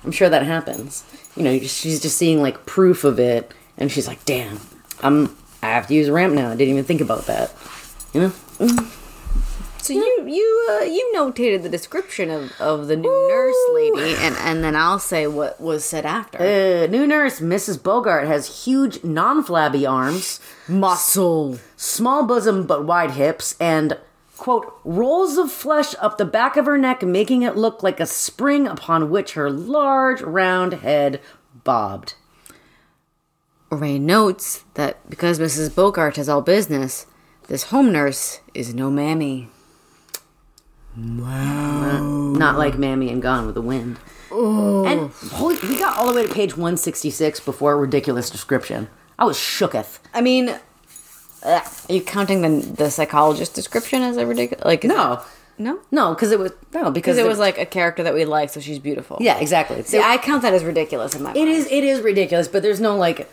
[SPEAKER 1] I'm sure that happens. You know, she's just seeing like proof of it, and she's like, "Damn, I'm I have to use a ramp now. I didn't even think about that." You know,
[SPEAKER 2] So you you uh, you notated the description of, of the new nurse lady, and, and then I'll say what was said after.
[SPEAKER 1] Uh, new nurse Mrs. Bogart has huge, non-flabby arms,
[SPEAKER 2] Muscle.
[SPEAKER 1] small bosom but wide hips, and quote rolls of flesh up the back of her neck, making it look like a spring upon which her large round head bobbed.
[SPEAKER 2] Ray notes that because Mrs. Bogart has all business, this home nurse is no mammy.
[SPEAKER 1] Not like Mammy and Gone with the Wind. And holy, we got all the way to page 166 before a ridiculous description. I was shooketh.
[SPEAKER 2] I mean, uh, are you counting the the psychologist description as a ridiculous? Like is
[SPEAKER 1] No,
[SPEAKER 2] it- no,
[SPEAKER 1] no, because it was no because
[SPEAKER 2] because it was
[SPEAKER 1] like.
[SPEAKER 2] like a character that we like, so she's beautiful.
[SPEAKER 1] Yeah, exactly.
[SPEAKER 2] See, I count that as ridiculous in my
[SPEAKER 1] it
[SPEAKER 2] mind.
[SPEAKER 1] is it is ridiculous, but there's no like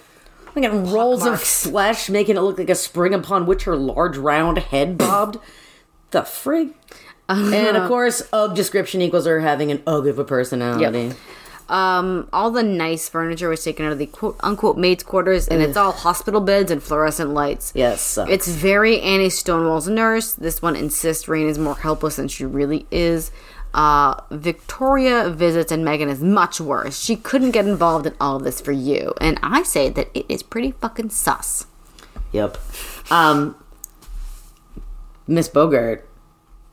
[SPEAKER 1] like rolls of
[SPEAKER 2] marks.
[SPEAKER 1] flesh making it look like a spring upon which her large round head bobbed. the frig.
[SPEAKER 2] Uh-huh.
[SPEAKER 1] And of course, of description equals her having an ugh of a personality.
[SPEAKER 2] Yep. Um, all the nice furniture was taken out of the quote unquote maid's quarters, and it's all hospital beds and fluorescent lights.
[SPEAKER 1] Yes. Uh,
[SPEAKER 2] It's very Annie Stonewall's nurse. This one insists Rain is more helpless than she really is. Uh, Victoria visits and Megan is much worse. She couldn't get involved in all of this for you. And I say that it is pretty fucking sus.
[SPEAKER 1] Yep. Um Miss Bogart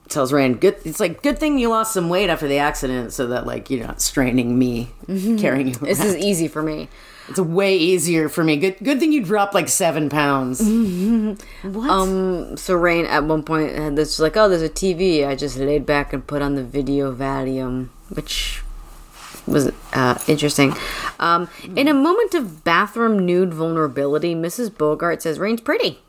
[SPEAKER 1] tells Rand, good it's like good thing you lost some weight after the accident so that like you're not straining me
[SPEAKER 2] Mm-hmm.
[SPEAKER 1] carrying you.
[SPEAKER 2] This is easy for me.
[SPEAKER 1] It's way easier for me. Good good thing you dropped like seven pounds.
[SPEAKER 2] Mm-hmm. Um, so Rain at one point had this like, oh, there's a TV. I just laid back and put on the video Valium, which was uh, interesting. Um,
[SPEAKER 1] Hmm.
[SPEAKER 2] in a moment of bathroom nude vulnerability, Mrs. Bogart says Rain's pretty.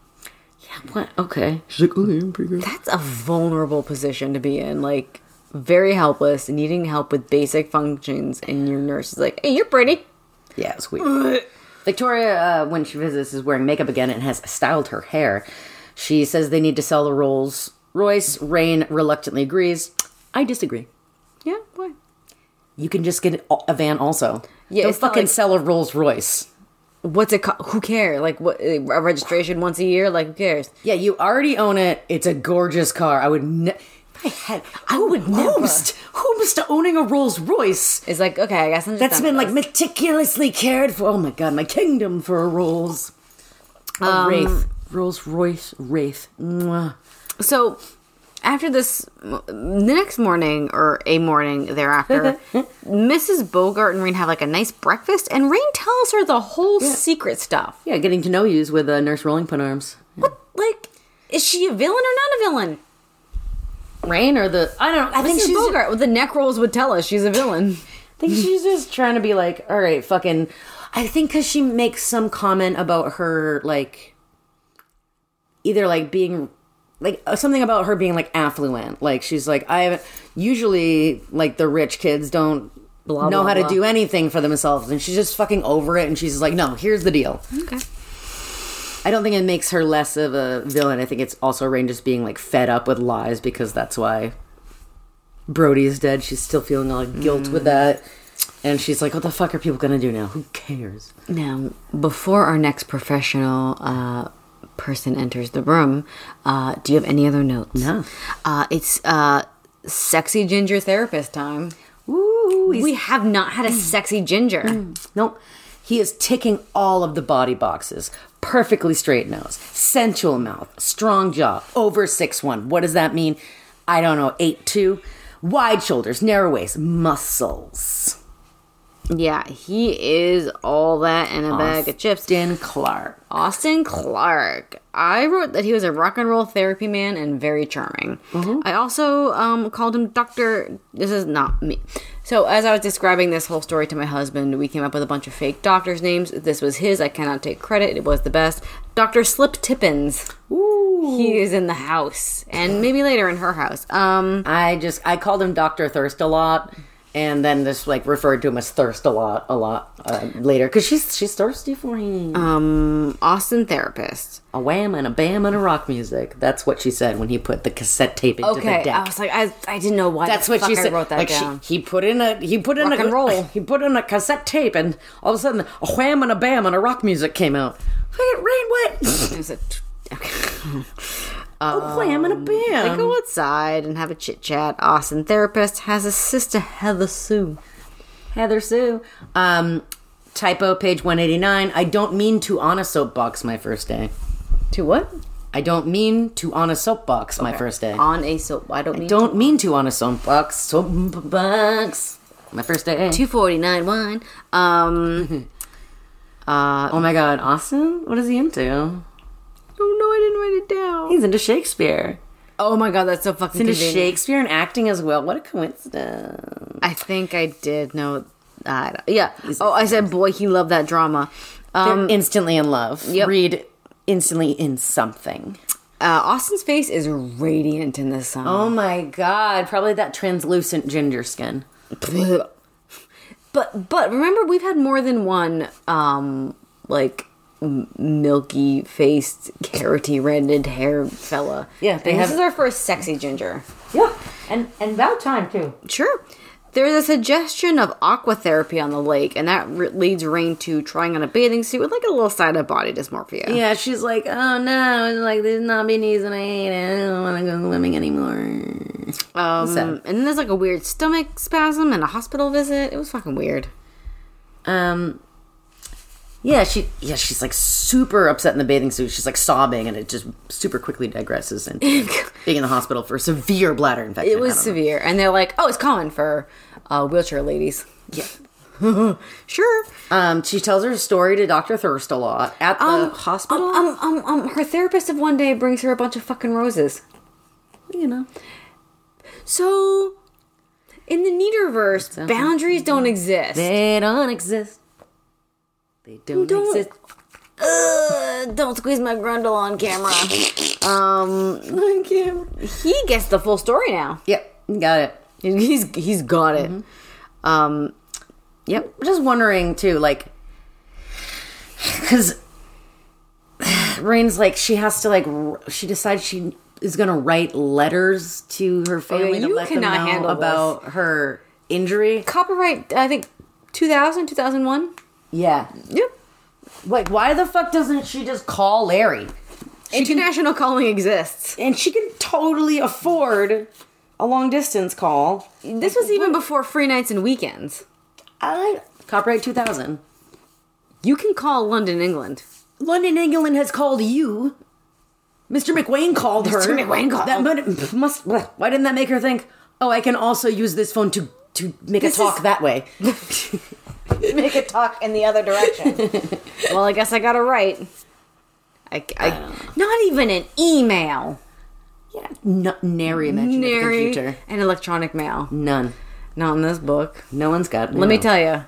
[SPEAKER 1] What? Okay.
[SPEAKER 2] "Oh, That's a vulnerable position to be in, like very helpless, needing help with basic functions, and your nurse is like, hey, you're pretty.
[SPEAKER 1] Yeah, it's weird. Victoria, uh, when she visits, is wearing makeup again and has styled her hair. She says they need to sell the Rolls Royce. Rain reluctantly agrees. I disagree.
[SPEAKER 2] Yeah, boy.
[SPEAKER 1] You can just get a- a van also.
[SPEAKER 2] Yeah,
[SPEAKER 1] Don't
[SPEAKER 2] it's not
[SPEAKER 1] fucking
[SPEAKER 2] like-
[SPEAKER 1] sell a Rolls Royce.
[SPEAKER 2] What's it called? Who cares? Like, what? A registration once a year? Like, who cares?
[SPEAKER 1] Yeah, you already own it. It's a gorgeous car. I would. Ne- if I had. I would almost, almost to owning a Rolls Royce.
[SPEAKER 2] It's like, okay, I guess I'm just
[SPEAKER 1] That's
[SPEAKER 2] done
[SPEAKER 1] been
[SPEAKER 2] with
[SPEAKER 1] like
[SPEAKER 2] this.
[SPEAKER 1] meticulously cared for. Oh my god, my kingdom for a Rolls. A Wraith. Rolls Royce Wraith. Mwah.
[SPEAKER 2] So after this, the next morning or a morning thereafter, Mrs. Bogart and Rain have like a nice breakfast, and Rain tells her the whole secret stuff.
[SPEAKER 1] Yeah, getting to know yous with uh, Nurse Rolling Pin Arms.
[SPEAKER 2] What, like, is she a villain or not a villain?
[SPEAKER 1] Rain or the I don't. I
[SPEAKER 2] Mrs.
[SPEAKER 1] think she's.
[SPEAKER 2] Bogart, well, the neck rolls would tell us she's a villain.
[SPEAKER 1] I think she's just trying to be like, all right, fucking. I think because she makes some comment about her like, either like being. Like uh, something about her being like affluent. Like she's like I haven't. Usually, like the rich kids don't
[SPEAKER 2] Blah,
[SPEAKER 1] know
[SPEAKER 2] blah,
[SPEAKER 1] how
[SPEAKER 2] blah.
[SPEAKER 1] to do anything for themselves, and she's just fucking over it. And she's just like, no, here's the deal.
[SPEAKER 2] Okay.
[SPEAKER 1] I don't think it makes her less of a villain. I think it's also Rain just being like fed up with lies because that's why Brody is dead. She's still feeling all guilt
[SPEAKER 2] Mm.
[SPEAKER 1] with that. And she's like, what the fuck are people gonna do now? Who cares?
[SPEAKER 2] Now, before our next professional uh, person enters the room, uh, do you have any other notes?
[SPEAKER 1] No.
[SPEAKER 2] Uh, it's uh, sexy ginger therapist time.
[SPEAKER 1] Ooh, Mm.
[SPEAKER 2] We have not had a sexy ginger.
[SPEAKER 1] Nope. He is ticking all of the body boxes. Perfectly straight nose, sensual mouth, strong jaw, over six one. What does that mean? I don't know, Eight two, Wide shoulders, narrow waist, muscles.
[SPEAKER 2] Yeah, he is all that in a bag of chips.
[SPEAKER 1] Din Clark.
[SPEAKER 2] Austin Clark. I wrote that he was a rock and roll therapy man and very charming.
[SPEAKER 1] Mm-hmm.
[SPEAKER 2] I also um, called him Doctor. This is not me. So as I was describing this whole story to my husband, we came up with a bunch of fake doctors' names. This was his. I cannot take credit. It was the best. Doctor Slip Tippins. Ooh. He is in the house, and maybe later in her house. Um.
[SPEAKER 1] I just I called him Doctor Thirst a lot, and then just like referred to him as Thirst a lot, a lot uh, later because she's she's thirsty for him.
[SPEAKER 2] Um. Austin therapist.
[SPEAKER 1] a wham and a bam and a rock music. That's what she said when he put the cassette tape into the
[SPEAKER 2] Okay,
[SPEAKER 1] deck.
[SPEAKER 2] I was like, I, I didn't know why.
[SPEAKER 1] that's
[SPEAKER 2] the
[SPEAKER 1] what
[SPEAKER 2] fuck
[SPEAKER 1] she
[SPEAKER 2] I
[SPEAKER 1] said.
[SPEAKER 2] wrote that
[SPEAKER 1] like she-
[SPEAKER 2] down.
[SPEAKER 1] he put in a he put in
[SPEAKER 2] Rock
[SPEAKER 1] a
[SPEAKER 2] and roll.
[SPEAKER 1] He put in a cassette tape, and all of a sudden a wham and a bam and a rock music came out. Rain, what?
[SPEAKER 2] It was a t- okay.
[SPEAKER 1] oh, play him in a
[SPEAKER 2] They
[SPEAKER 1] band.
[SPEAKER 2] go outside and have a chit chat. Austin therapist has a sister Heather Sue.
[SPEAKER 1] Heather Sue. Um, typo page 189. I don't mean to on a soapbox my first day.
[SPEAKER 2] To what?
[SPEAKER 1] I don't mean to on a soapbox my first day.
[SPEAKER 2] On a soap. I don't mean
[SPEAKER 1] don't mean to on a soapbox. Soapbox. My first day.
[SPEAKER 2] two forty nine wine. Um. uh.
[SPEAKER 1] Oh my god, Austin? What is he into?
[SPEAKER 2] Oh no, I didn't write it down.
[SPEAKER 1] He's into Shakespeare.
[SPEAKER 2] Oh my god, that's so fucking
[SPEAKER 1] Into
[SPEAKER 2] convenient.
[SPEAKER 1] Shakespeare and acting as well. What a coincidence.
[SPEAKER 2] I think I did know. I don't, yeah. Oh, I said, boy, he loved that drama. Um,
[SPEAKER 1] They're instantly in love.
[SPEAKER 2] yep.
[SPEAKER 1] Read instantly in something.
[SPEAKER 2] uh, Austin's face is radiant in this song.
[SPEAKER 1] Oh my god, probably that translucent ginger skin.
[SPEAKER 2] but but remember, we've had more than one um like milky faced, carroty rendered hair fella.
[SPEAKER 1] Yeah, they
[SPEAKER 2] and
[SPEAKER 1] have-
[SPEAKER 2] this is our first sexy ginger.
[SPEAKER 1] Yeah, and and about time too.
[SPEAKER 2] Sure. There's a suggestion of aqua therapy on the lake, and that re- leads Rain to trying on a bathing suit with like a little side of body dysmorphia.
[SPEAKER 1] Yeah, she's like, oh no, and like there's not beanies and I hate it. I don't want to go swimming anymore.
[SPEAKER 2] Um,
[SPEAKER 1] So-
[SPEAKER 2] and then there's like a weird stomach spasm and a hospital visit. It was fucking weird.
[SPEAKER 1] Um, yeah, she yeah she's like super upset in the bathing suit. She's like sobbing, and it just super quickly digresses and being in the hospital for a severe bladder infection.
[SPEAKER 2] It was
[SPEAKER 1] I don't know.
[SPEAKER 2] severe, and they're like, "Oh, it's common for uh, wheelchair ladies." Yeah, sure.
[SPEAKER 1] Um, she tells her story to Doctor Thirst a lot at the hospital.
[SPEAKER 2] Um, um, um, her therapist of one day brings her a bunch of fucking roses.
[SPEAKER 1] you know,
[SPEAKER 2] So, in the Neaterverse, boundaries don't exist.
[SPEAKER 1] they don't exist. They don't,
[SPEAKER 2] don't-
[SPEAKER 1] exist.
[SPEAKER 2] Uh, don't squeeze my grundle on camera. um,
[SPEAKER 1] Thank you.
[SPEAKER 2] he gets the full story now. Mm-hmm.
[SPEAKER 1] Yep, got it.
[SPEAKER 2] He's he's got it. Um,
[SPEAKER 1] Yep. Just wondering too, like, because Rain's like she has to like r- she decides she is gonna write letters to her family to
[SPEAKER 2] you
[SPEAKER 1] let them
[SPEAKER 2] cannot
[SPEAKER 1] know
[SPEAKER 2] handle
[SPEAKER 1] about her injury.
[SPEAKER 2] copyright i think 2000 2001
[SPEAKER 1] Yeah.
[SPEAKER 2] yep
[SPEAKER 1] Like, why the fuck doesn't she just call Larry?
[SPEAKER 2] international calling exists
[SPEAKER 1] And she can totally afford a long distance call.
[SPEAKER 2] this was even before free nights and weekends
[SPEAKER 1] I copyright two thousand.
[SPEAKER 2] you can call london england
[SPEAKER 1] London, England has called you. Mr. McWayne called her.
[SPEAKER 2] Mr. McWayne called.
[SPEAKER 1] That must, must. Why didn't that make her think? Oh, I can also use this phone to to make
[SPEAKER 2] This
[SPEAKER 1] a talk
[SPEAKER 2] is-
[SPEAKER 1] that way.
[SPEAKER 2] make it talk in the other direction well i guess i got it right I, I- not even an email
[SPEAKER 1] Yeah, no, nary a mention of the
[SPEAKER 2] nary
[SPEAKER 1] computer.
[SPEAKER 2] an electronic mail
[SPEAKER 1] None.
[SPEAKER 2] not in this book
[SPEAKER 1] No one's got.
[SPEAKER 2] let me tell you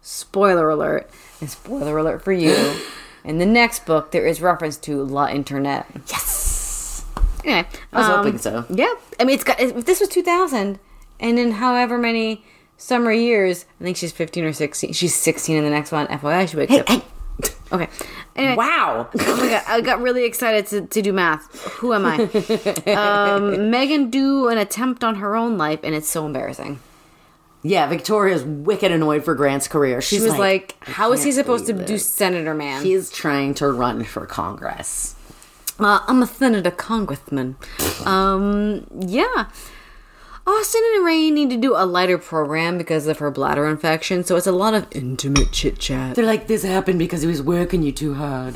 [SPEAKER 2] spoiler alert and spoiler alert for you in the next book there is reference to la internet
[SPEAKER 1] Yes.
[SPEAKER 2] Anyway, um,
[SPEAKER 1] I was hoping so.
[SPEAKER 2] Yeah, I mean, it's got. If this was 2000, and in however many summer years, I think she's 15 or 16. She's 16 in the next one. FYI, she wakes
[SPEAKER 1] Hey,
[SPEAKER 2] up.
[SPEAKER 1] hey.
[SPEAKER 2] Okay. Anyway,
[SPEAKER 1] Wow.
[SPEAKER 2] oh my God, I got really excited to, to do math. Who am I? um, Megan do an attempt on her own life, and it's so embarrassing.
[SPEAKER 1] yeah, Victoria's wicked annoyed for Grant's career. She's
[SPEAKER 2] She was like,
[SPEAKER 1] I
[SPEAKER 2] "How is he
[SPEAKER 1] can't
[SPEAKER 2] supposed to
[SPEAKER 1] believe
[SPEAKER 2] do
[SPEAKER 1] this.
[SPEAKER 2] senator man?
[SPEAKER 1] He's trying to run for Congress.
[SPEAKER 2] Uh, I'm a senator congressman. Um, yeah. Austin and Rain need to do a lighter program because of her bladder infection, so it's a lot of intimate chit chat.
[SPEAKER 1] They're like, this happened because he was working you too hard.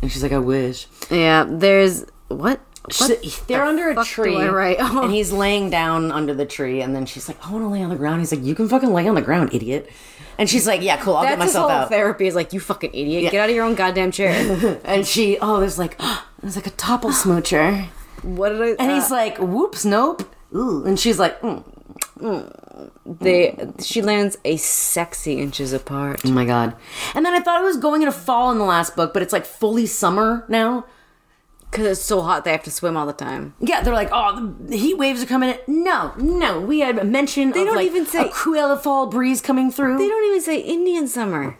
[SPEAKER 1] And she's like, I wish.
[SPEAKER 2] Yeah, there's what?
[SPEAKER 1] She- they're under a
[SPEAKER 2] fuck do
[SPEAKER 1] tree,
[SPEAKER 2] I write?
[SPEAKER 1] and he's laying down under the tree, and then she's like, "I want to lay on the ground." He's like, "You can fucking lay on the ground, idiot." And she's like, "Yeah, cool, I'll
[SPEAKER 2] That's
[SPEAKER 1] get
[SPEAKER 2] his whole
[SPEAKER 1] myself out."
[SPEAKER 2] therapy is like, you fucking idiot, get out of your own goddamn chair.
[SPEAKER 1] And she, oh, there's like, there's like a topple smoocher,
[SPEAKER 2] what did I? uh,
[SPEAKER 1] and he's like, "Whoops, nope." Ooh, and she's like, mm.
[SPEAKER 2] they. She lands a sexy inches apart.
[SPEAKER 1] "Oh my god!" And then I thought it was going into fall in the last book, but it's like fully summer now.
[SPEAKER 2] Cause it's so hot, they have to swim all the time.
[SPEAKER 1] Yeah, they're like, oh, the heat waves are coming. in. No, no, we had a mention. They of
[SPEAKER 2] don't
[SPEAKER 1] like,
[SPEAKER 2] even say-
[SPEAKER 1] a Cruella fall breeze coming through.
[SPEAKER 2] They don't even say Indian summer.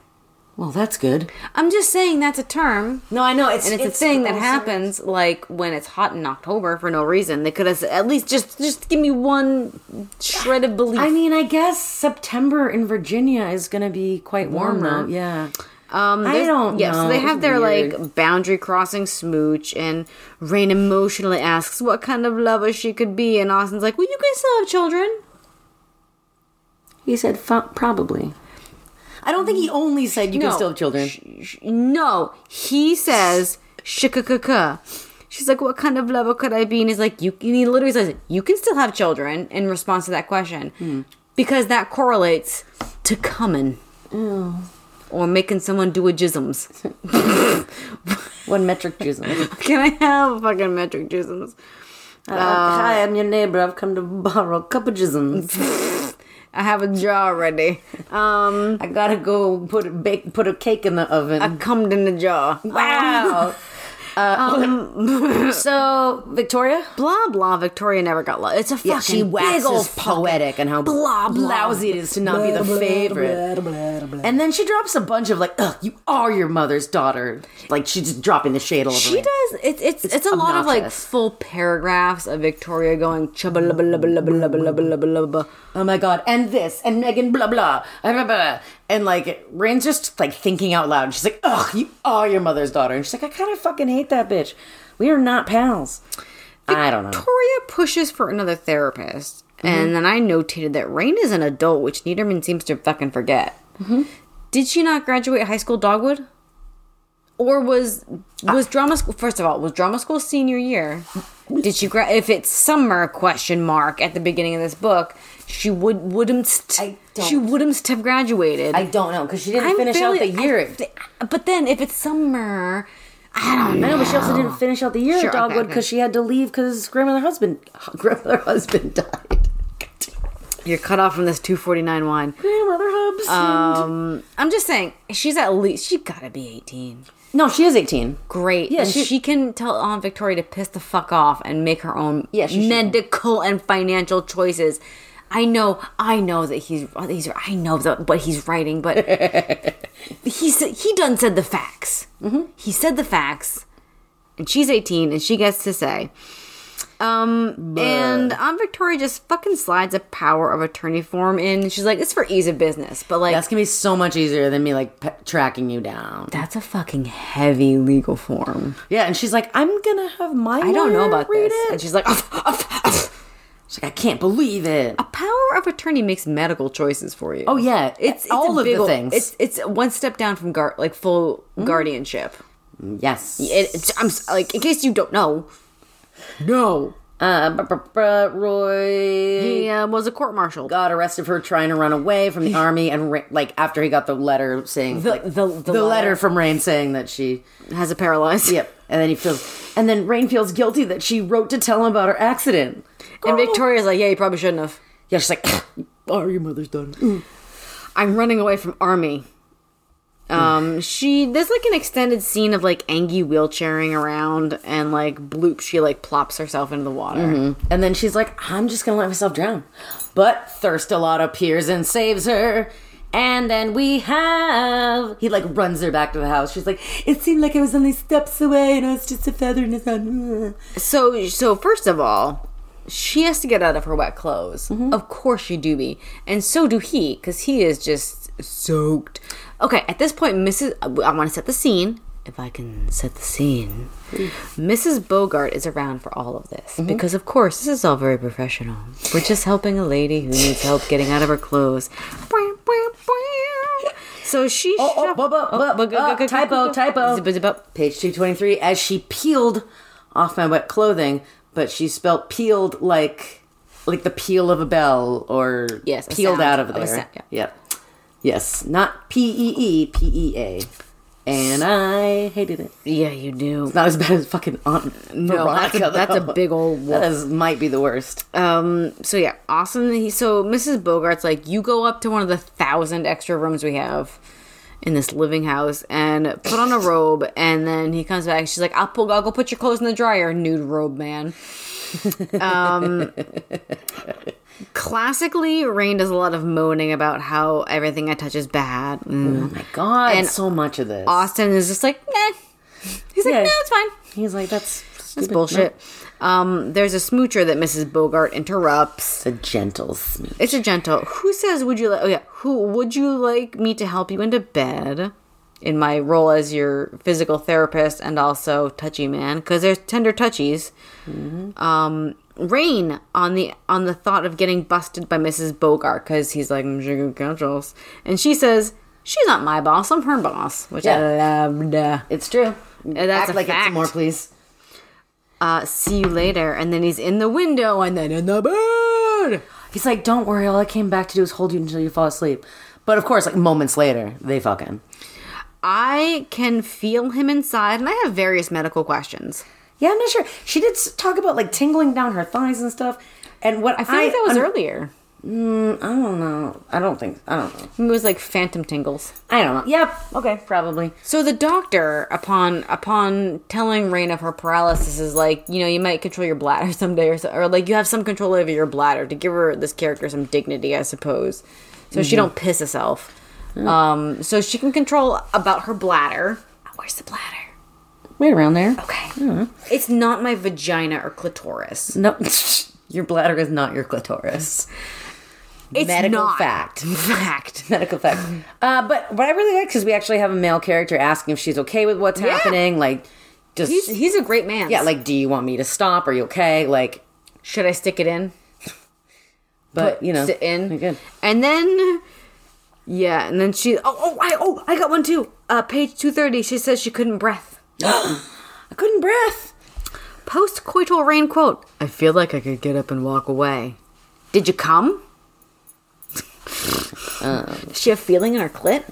[SPEAKER 1] well, that's good.
[SPEAKER 2] I'm just saying that's a term.
[SPEAKER 1] No, I know it's
[SPEAKER 2] and it's, a thing that
[SPEAKER 1] also-
[SPEAKER 2] happens like when it's hot in October for no reason. They could have s- at least just just give me one shred of belief.
[SPEAKER 1] I mean, I guess September in Virginia is going to be quite warm,
[SPEAKER 2] Warmer.
[SPEAKER 1] though. Yeah.
[SPEAKER 2] Um,
[SPEAKER 1] I
[SPEAKER 2] there's-
[SPEAKER 1] don't
[SPEAKER 2] yeah,
[SPEAKER 1] know.
[SPEAKER 2] So they
[SPEAKER 1] It's
[SPEAKER 2] have their
[SPEAKER 1] weird.
[SPEAKER 2] like boundary crossing smooch, and Rain emotionally asks what kind of lover she could be, and Austin's like, "Well, you can still have children."
[SPEAKER 1] He said Fu probably. I don't think he only said you
[SPEAKER 2] No.
[SPEAKER 1] can still have children.
[SPEAKER 2] Sh- No, he says shikakaka. She's like, "What kind of lover could I be?" And he's like, "You." And he literally says, "You can still have children." In response to that question, because that correlates to coming Oh. or making someone do a jisms.
[SPEAKER 1] One metric jism. Uh,
[SPEAKER 2] Can I have fucking metric jisms?
[SPEAKER 1] Hi, I'm your neighbor. I've come to borrow a cup of jism.
[SPEAKER 2] I have a jar already. Um,
[SPEAKER 1] I gotta go put a bake, put a cake in the oven.
[SPEAKER 2] I cummed in the jar.
[SPEAKER 1] wow. Uh, so Victoria,
[SPEAKER 2] Blah blah. Victoria never got love. It's a fucking
[SPEAKER 1] yeah, she
[SPEAKER 2] big old
[SPEAKER 1] waxes
[SPEAKER 2] fucking
[SPEAKER 1] poetic and how
[SPEAKER 2] blah, blah.
[SPEAKER 1] lousy it is to not be the favorite. And then she drops a bunch of like, "Ugh, you are your mother's daughter." Like she's just dropping the shade all over.
[SPEAKER 2] She
[SPEAKER 1] him.
[SPEAKER 2] does. It's it's it's, a lot of like
[SPEAKER 1] obnoxious.
[SPEAKER 2] full paragraphs of Victoria going chubba lubba lubba lubba lubba lubba lubba lubba.
[SPEAKER 1] oh my god, and this, and Megan, blah blah, blah, blah, blah. and like Rain's just like thinking out loud. She's like, "Ugh, you are your mother's daughter," and she's like, "I kind of fucking hate that bitch. We are not pals." I don't know.
[SPEAKER 2] Victoria pushes for another therapist, and then I notated that Rain is an adult, which Niederman seems to fucking forget. Did she not graduate high school Dogwood? Or was was drama school? First of all, was drama school senior year? Did she gra- If it's summer question mark at the beginning of this book, she would wouldn't
[SPEAKER 1] I don't-
[SPEAKER 2] she wouldn't have graduated.
[SPEAKER 1] I don't know because she didn't finish
[SPEAKER 2] fairly-
[SPEAKER 1] out the year.
[SPEAKER 2] I thi- but then if it's summer,
[SPEAKER 1] I know, but she also didn't finish out the year
[SPEAKER 2] Sure,
[SPEAKER 1] at
[SPEAKER 2] okay,
[SPEAKER 1] Dogwood because
[SPEAKER 2] okay.
[SPEAKER 1] she had to leave because grandmother husband grandmother husband died.
[SPEAKER 2] you're cut off from this 249 wine.
[SPEAKER 1] Grandmother Hubs.
[SPEAKER 2] Um, I'm just saying, she's at least she gotta be 18.
[SPEAKER 1] no, she is eighteen.
[SPEAKER 2] Great.
[SPEAKER 1] Yeah,
[SPEAKER 2] and she,
[SPEAKER 1] she-
[SPEAKER 2] can tell Aunt Victoria to piss the fuck off and make her own
[SPEAKER 1] Yeah, she should.
[SPEAKER 2] medical and financial choices. I know, I know that he's, he's I know that what he's writing, but he said he done said the facts.
[SPEAKER 1] Mm-hmm.
[SPEAKER 2] He said the facts, and she's 18, and she gets to say. Um, and Aunt Victoria just fucking slides a power of attorney form in. She's like, it's for ease of business, but like,
[SPEAKER 1] That's gonna be so much easier than me like pe- tracking you down.
[SPEAKER 2] that's a fucking heavy legal form.
[SPEAKER 1] Yeah, and she's like, I'm gonna have my.
[SPEAKER 2] I don't know about
[SPEAKER 1] read
[SPEAKER 2] this.
[SPEAKER 1] It.
[SPEAKER 2] And she's like, "Uff, uff, uff."
[SPEAKER 1] she's like, I can't believe it.
[SPEAKER 2] a power of attorney makes medical choices for you.
[SPEAKER 1] Oh yeah,
[SPEAKER 2] it's, it's
[SPEAKER 1] all
[SPEAKER 2] a
[SPEAKER 1] of
[SPEAKER 2] big
[SPEAKER 1] the
[SPEAKER 2] ol-
[SPEAKER 1] things.
[SPEAKER 2] It's it's one step down from guard like full guardianship.
[SPEAKER 1] yes.
[SPEAKER 2] It, it's, I'm s- like, in case you don't know, no,
[SPEAKER 1] uh, br- br- br- Roy
[SPEAKER 2] he uh, was a court martial.
[SPEAKER 1] got arrested for trying to run away from the army, and ra- like after he got the letter saying
[SPEAKER 2] The,
[SPEAKER 1] like,
[SPEAKER 2] the, the,
[SPEAKER 1] the letter from Rain saying that she
[SPEAKER 2] has a paralyzed.
[SPEAKER 1] Yep. And then he feels, and then Rain feels guilty that she wrote to tell him about her accident.
[SPEAKER 2] And Victoria's like, yeah, you probably shouldn't have.
[SPEAKER 1] Yeah, she's like, "Are your mother's daughter?" Ooh.
[SPEAKER 2] I'm running away from army. Um, she there's like an extended scene of like Angie wheelchairing around and like bloop, she like plops herself into the water.
[SPEAKER 1] And then she's like, "I'm just gonna let myself drown." But Thirstalotta appears and saves her. And then we have he like runs her back to the house. She's like, "It seemed like I was only steps away, and I was just a feather in his hand."
[SPEAKER 2] So, so first of all, she has to get out of her wet clothes. Of course, she do be, and so do he, because he is just soaked. Okay, at this point, Mrs. I want to set the scene. If I can set the scene, Mrs. Bogart is around for all of this because, of course, this is all very professional. We're just helping a lady who needs help getting out of her clothes. So she.
[SPEAKER 1] Oh, oh, bu- bu- bu- uh, typo, typo. Page two twenty three. As she peeled off my wet clothing, but she spelt peeled like like the peel of a bell or
[SPEAKER 2] Yes, a
[SPEAKER 1] peeled
[SPEAKER 2] sound
[SPEAKER 1] out of
[SPEAKER 2] of
[SPEAKER 1] there.
[SPEAKER 2] a sound, yeah.
[SPEAKER 1] Yep. Yes, not P E E P E A. And I hated it.
[SPEAKER 2] Yeah, you do.
[SPEAKER 1] Not as bad as fucking Aunt
[SPEAKER 2] No, that's
[SPEAKER 1] Veronica.
[SPEAKER 2] a- that's a
[SPEAKER 1] though.
[SPEAKER 2] big old
[SPEAKER 1] That is, might be the worst.
[SPEAKER 2] Um, so yeah, awesome. He, so Mrs. Bogart's like, you go up to one of the thousand extra rooms we have in this living house and put on a robe. And then he comes back. She's like, I'll, pull, I'll go put your clothes in the dryer, nude robe man. um, classically, Rain does a lot of moaning about how everything I touch is bad. Mm.
[SPEAKER 1] Oh my god,
[SPEAKER 2] And
[SPEAKER 1] so much of this.
[SPEAKER 2] Austin is just like, nah. He's like,
[SPEAKER 1] Yeah.
[SPEAKER 2] no, it's fine.
[SPEAKER 1] He's like, that's
[SPEAKER 2] It's
[SPEAKER 1] stupid.
[SPEAKER 2] bullshit. Um, there's a smoocher that Mrs. Bogart
[SPEAKER 1] It's
[SPEAKER 2] interrupts.
[SPEAKER 1] a gentle smooth.
[SPEAKER 2] It's a gentle. Who says would you like? Oh yeah. Who would you like me to help you into bed? in my role as your physical therapist and also touchy man because there's tender touchies.
[SPEAKER 1] Mm-hmm.
[SPEAKER 2] Um, Rain on the on the thought of getting busted by Mrs. Bogart because he's like "Mm, I'm Jiggle Gandrels. and she says she's not my boss, I'm her boss, which I loved.
[SPEAKER 1] It's true.
[SPEAKER 2] that's
[SPEAKER 1] Act
[SPEAKER 2] a
[SPEAKER 1] like it
[SPEAKER 2] fact.
[SPEAKER 1] some more, please.
[SPEAKER 2] Uh, see you later, and then he's in the window and then in the bed.
[SPEAKER 1] He's like, don't worry. All I came back to do is hold you until you fall asleep. But of course, like moments later, they fucking.
[SPEAKER 2] I can feel him inside, and I have various medical questions.
[SPEAKER 1] Yeah, I'm not sure. She did s- talk about like tingling down her thighs and stuff. And what I
[SPEAKER 2] I feel like that was
[SPEAKER 1] un-
[SPEAKER 2] earlier.
[SPEAKER 1] I don't know. I don't think. I don't know.
[SPEAKER 2] It was like phantom tingles.
[SPEAKER 1] I don't know. Yep. Okay. Probably.
[SPEAKER 2] So the doctor, upon upon telling Rain of her paralysis, is like, you know, you might control your bladder someday, or so, or like you have some control over your bladder to give her this character some dignity, I suppose, so she don't piss herself. Um, so she can control about her bladder. Ah, Where's the bladder?
[SPEAKER 1] Right around there.
[SPEAKER 2] Okay, it's not my vagina or clitoris.
[SPEAKER 1] No, your bladder is not your clitoris.
[SPEAKER 2] It's
[SPEAKER 1] Medical
[SPEAKER 2] not.
[SPEAKER 1] fact.
[SPEAKER 2] Fact.
[SPEAKER 1] Medical fact. Uh, but what I really like because we actually have a male character asking if she's okay with what's
[SPEAKER 2] Yeah.
[SPEAKER 1] happening. Like, just
[SPEAKER 2] He's he's a great man.
[SPEAKER 1] yeah. Like, do you want me to stop? Are you okay? Like,
[SPEAKER 2] should I stick it in?
[SPEAKER 1] but you know,
[SPEAKER 2] sit in.
[SPEAKER 1] Again.
[SPEAKER 2] And then yeah, and then she oh oh I oh I got one too. Uh page 230 she says she couldn't breath.
[SPEAKER 1] I couldn't breath.
[SPEAKER 2] Post coital rain quote. I feel like I could get up and walk away. Did you come? Does she have feeling in her clit?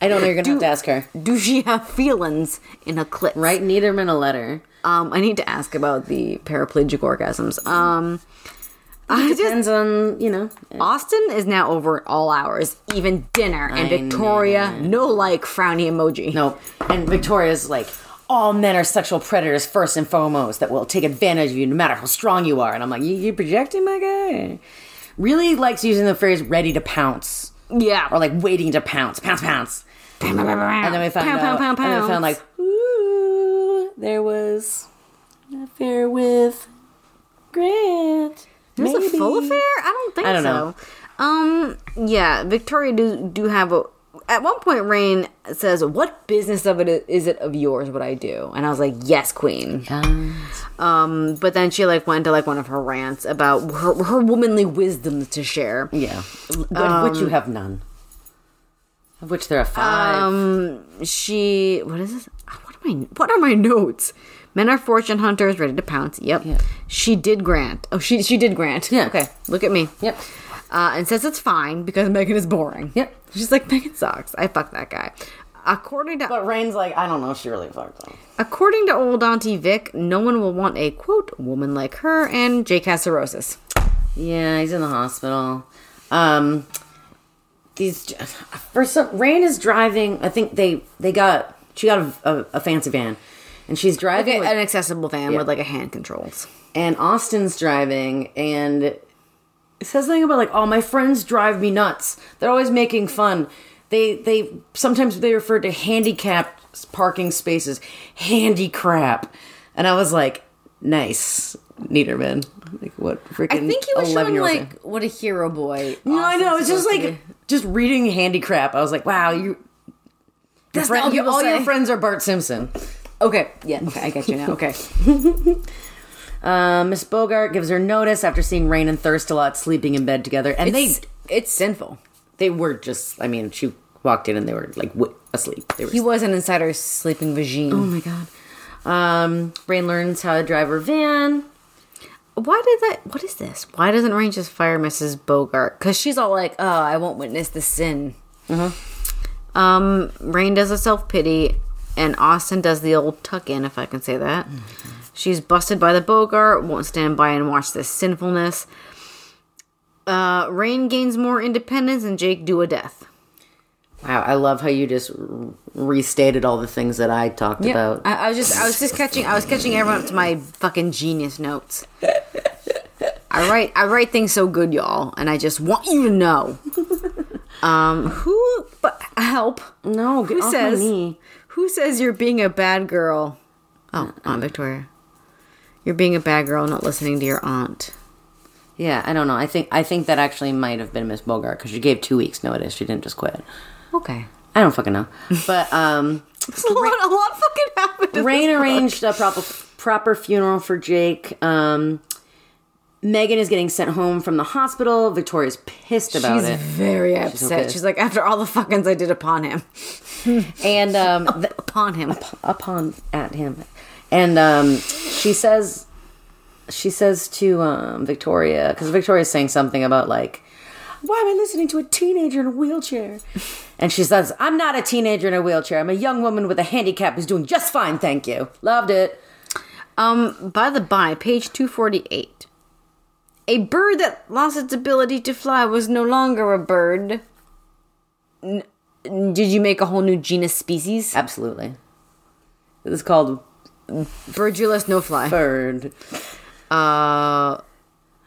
[SPEAKER 1] I don't know. You're gonna have to ask her.
[SPEAKER 2] Do she have feelings in her clit?
[SPEAKER 1] Write Niederman a letter.
[SPEAKER 2] Um, I need to ask about the paraplegic orgasms. Um, I just
[SPEAKER 1] Depends on you know.
[SPEAKER 2] Austin is now over at all hours, even dinner, and Victoria, no like frowny emoji.
[SPEAKER 1] Nope. And Victoria's like, all men are sexual predators first and foremost that will take advantage of you no matter how strong you are. And I'm like, you, you projecting, my guy? Really likes using the phrase ready to pounce
[SPEAKER 2] Yeah.
[SPEAKER 1] or like waiting to pounce, pounce, pounce. And then we found
[SPEAKER 2] pound,
[SPEAKER 1] out,
[SPEAKER 2] pound, pound,
[SPEAKER 1] and then we found
[SPEAKER 2] pounds.
[SPEAKER 1] like, ooh, there was an affair with Grant.
[SPEAKER 2] There's a full
[SPEAKER 1] Maybe.
[SPEAKER 2] affair? I don't think
[SPEAKER 1] I don't
[SPEAKER 2] so.
[SPEAKER 1] know.
[SPEAKER 2] Um, yeah, Victoria do do have a. At one point, Rain says, "What business of it is it of yours? What I do?" And I was like, "Yes, Queen." Um, but then she like went to like one of her rants about her, her womanly wisdom to share.
[SPEAKER 1] Yeah. But which
[SPEAKER 2] Um,
[SPEAKER 1] you have none. Of which there are five.
[SPEAKER 2] um, she what is this? Ah, What are my what are my notes? Men are fortune hunters, ready to pounce. Yep.
[SPEAKER 1] Yeah.
[SPEAKER 2] She did grant. Oh, she she did grant.
[SPEAKER 1] Yeah.
[SPEAKER 2] Okay. Look at me.
[SPEAKER 1] Yep.
[SPEAKER 2] Uh, and says it's fine because Megan is boring.
[SPEAKER 1] Yep.
[SPEAKER 2] She's like Megan sucks. I fuck that guy. According to
[SPEAKER 1] but Rain's like, I don't know if she really fucked them.
[SPEAKER 2] according to old Auntie Vic, no one will want a quote woman like her and Jay Casarosis.
[SPEAKER 1] Yeah, he's in the hospital. Um, these for some Rain is driving. I think they they got she got a, a, a fancy van, and she's driving,
[SPEAKER 2] Okay,
[SPEAKER 1] with-
[SPEAKER 2] an accessible van with like a hand controls.
[SPEAKER 1] and Austin's driving, and it says something about like, oh, my friends drive me nuts. They're always making fun. They they sometimes they refer to handicapped parking spaces, handy crap, and I was like, nice, Niederman. Like what freaking?
[SPEAKER 2] I think he was showing
[SPEAKER 1] 11-year-old
[SPEAKER 2] like what a hero boy.
[SPEAKER 1] No, I know. It's just like just reading handy crap. I was like, wow, you. That's
[SPEAKER 2] not what people
[SPEAKER 1] all your
[SPEAKER 2] say.
[SPEAKER 1] friends are Bart Simpson.
[SPEAKER 2] okay, yeah, okay, I get you now.
[SPEAKER 1] Okay. uh, Miss Bogart gives her notice after seeing Rain and Thirst a lot sleeping in bed together, and
[SPEAKER 2] It's, it's sinful.
[SPEAKER 1] they they were just. I mean, she walked in and they were like w- asleep. They were.
[SPEAKER 2] He was an insider sleeping vagine.
[SPEAKER 1] oh my god. Um, Rain learns how to drive her van.
[SPEAKER 2] Why did that? What is this? Why doesn't Rain just fire Mrs. Bogart? Because she's all like, "Oh, I won't witness the sin." Um, Rain does a self pity, and Austin does the old tuck in, if I can say that. She's busted by the Bogart. Won't stand by and watch this sinfulness. Uh, Rain gains more independence, and Jake do a death.
[SPEAKER 1] Wow, I love how you just r- restated all the things that I talked about.
[SPEAKER 2] I, I was just, I was just catching, I was catching everyone up to my fucking genius notes. I write, I write things so good, y'all, and I just want you to know. Um, who, but help?
[SPEAKER 1] no, get
[SPEAKER 2] Who
[SPEAKER 1] off
[SPEAKER 2] says?
[SPEAKER 1] my knee.
[SPEAKER 2] Who says you're being a bad girl? Oh, Aunt Victoria, you're being a bad girl, not listening to your aunt.
[SPEAKER 1] Yeah, I don't know. I think I think that actually might have been Miss Bogart because she gave two weeks notice. She didn't just quit.
[SPEAKER 2] Okay.
[SPEAKER 1] I don't fucking know. But um,
[SPEAKER 2] a lot, a lot fucking happened. in
[SPEAKER 1] Rain
[SPEAKER 2] this book.
[SPEAKER 1] arranged a proper proper funeral for Jake. Um, Megan is getting sent home from the hospital. Victoria's pissed about
[SPEAKER 2] She's
[SPEAKER 1] it.
[SPEAKER 2] very upset.
[SPEAKER 1] pissed.
[SPEAKER 2] She's like, after all the fuckings I did upon him,
[SPEAKER 1] And um, th-
[SPEAKER 2] upon him.
[SPEAKER 1] upon at him, and um, she says, she says to um, Victoria because Victoria's saying something about like, why am I listening to a teenager in a wheelchair? And she says, I'm not a teenager in a wheelchair. I'm a young woman with a handicap who's doing just fine. Thank you. Loved it.
[SPEAKER 2] Um, by the by, page 248. A bird that lost its ability to fly was no longer a bird. N- n- did you make a whole new genus species?
[SPEAKER 1] Absolutely. This is called
[SPEAKER 2] Birdulus no fly.
[SPEAKER 1] bird.
[SPEAKER 2] Uh,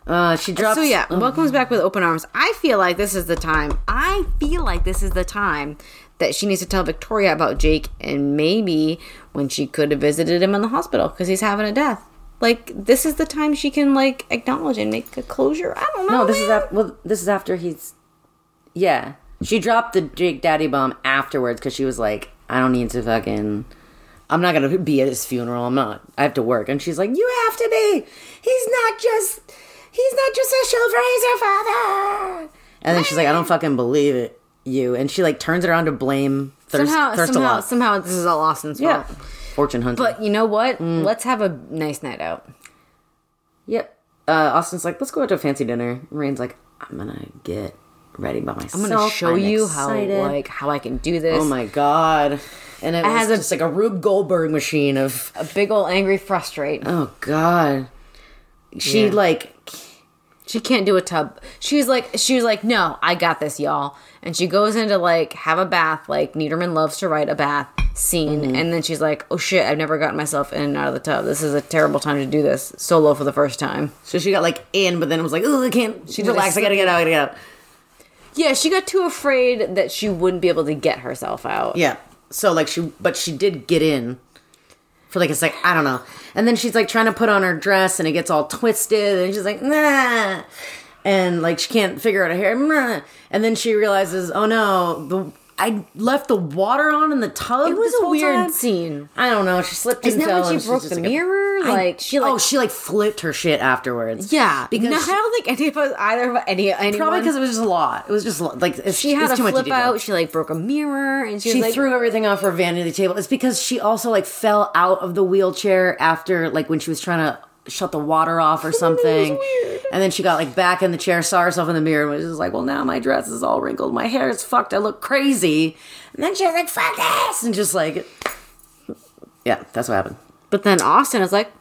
[SPEAKER 1] Uh, she drops.
[SPEAKER 2] so yeah, welcomes back with open arms. I feel like this is the time. I feel like this is the time that she needs to tell Victoria about Jake and maybe when she could have visited him in the hospital because he's having a death. Like this is the time she can like acknowledge and make a closure. I don't know.
[SPEAKER 1] No, Oh, this is
[SPEAKER 2] man.
[SPEAKER 1] af- well. This is after he's. Yeah, she dropped the Jake Daddy bomb afterwards because she was like, "I don't need to fucking. I'm not gonna be at his funeral. I'm not. I have to work." And she's like, "You have to be. He's not just. He's not just a shoegazer father." And then she's like, "I don't fucking believe it, you." And she like turns it around to blame Thirst,
[SPEAKER 2] somehow,
[SPEAKER 1] Thirst a
[SPEAKER 2] somehow,
[SPEAKER 1] lot.
[SPEAKER 2] somehow, this is all Austin's
[SPEAKER 1] Yeah, Mm.
[SPEAKER 2] fault.
[SPEAKER 1] fortune hunter.
[SPEAKER 2] But you know what? Let's have a nice night out.
[SPEAKER 1] Yep. Uh, Austin's like, let's go out to a fancy dinner. Rain's like, I'm gonna get ready by myself.
[SPEAKER 2] I'm gonna show you
[SPEAKER 1] excited."
[SPEAKER 2] how like how I can do this.
[SPEAKER 1] Oh my god! And it, was
[SPEAKER 2] has a-
[SPEAKER 1] just like a Rube Goldberg machine of
[SPEAKER 2] A big old angry frustrate.
[SPEAKER 1] oh god. She
[SPEAKER 2] Yeah.
[SPEAKER 1] like
[SPEAKER 2] She can't do a tub. She's like she was like, no, I got this, y'all. And she goes into like have a bath. Like Niederman loves to write a bath scene,
[SPEAKER 1] Mm-hmm.
[SPEAKER 2] and then she's like, oh shit, I've never gotten myself in and out of the tub. This is a terrible time to do this solo for the first time.
[SPEAKER 1] so she got like in, but then was like, oh, I can't. She
[SPEAKER 2] did a
[SPEAKER 1] relax. I gotta get out. I gotta get out.
[SPEAKER 2] Yeah, she got too afraid that she wouldn't be able to get herself out.
[SPEAKER 1] Yeah. So like she, but she did get in for like it's like I don't know. And then she's like trying to put on her dress, and it gets all twisted, and she's like nah, and like she can't figure out her hair. Nah. And then she realizes, oh no, the I left the water on in the tub.
[SPEAKER 2] It was a weird
[SPEAKER 1] time.
[SPEAKER 2] scene.
[SPEAKER 1] I don't know. She slipped
[SPEAKER 2] Isn't
[SPEAKER 1] and
[SPEAKER 2] that
[SPEAKER 1] fell.
[SPEAKER 2] when
[SPEAKER 1] and
[SPEAKER 2] she
[SPEAKER 1] she's
[SPEAKER 2] broke
[SPEAKER 1] just
[SPEAKER 2] the
[SPEAKER 1] like a-
[SPEAKER 2] mirror?
[SPEAKER 1] I-
[SPEAKER 2] like she like
[SPEAKER 1] oh, she like flipped her shit afterwards.
[SPEAKER 2] yeah.
[SPEAKER 1] because
[SPEAKER 2] no,
[SPEAKER 1] she-
[SPEAKER 2] I don't think any of us either of any anyone.
[SPEAKER 1] probably because it was just a lot. It was just a lot. like it's,
[SPEAKER 2] she had
[SPEAKER 1] it's
[SPEAKER 2] a
[SPEAKER 1] too much
[SPEAKER 2] flip
[SPEAKER 1] detail.
[SPEAKER 2] out. She like broke a mirror and she,
[SPEAKER 1] She
[SPEAKER 2] was like,
[SPEAKER 1] threw everything off her vanity table. It's because she also like fell out of the wheelchair after like when she was trying to shut the water off or something. And then she got like back in the chair, saw herself in the mirror, and was just like, "Well, now my dress is all wrinkled, my hair is fucked, I look crazy." And then she was like, "Fuck this!" and just like, yeah, that's what happened.
[SPEAKER 2] But then Austin is like,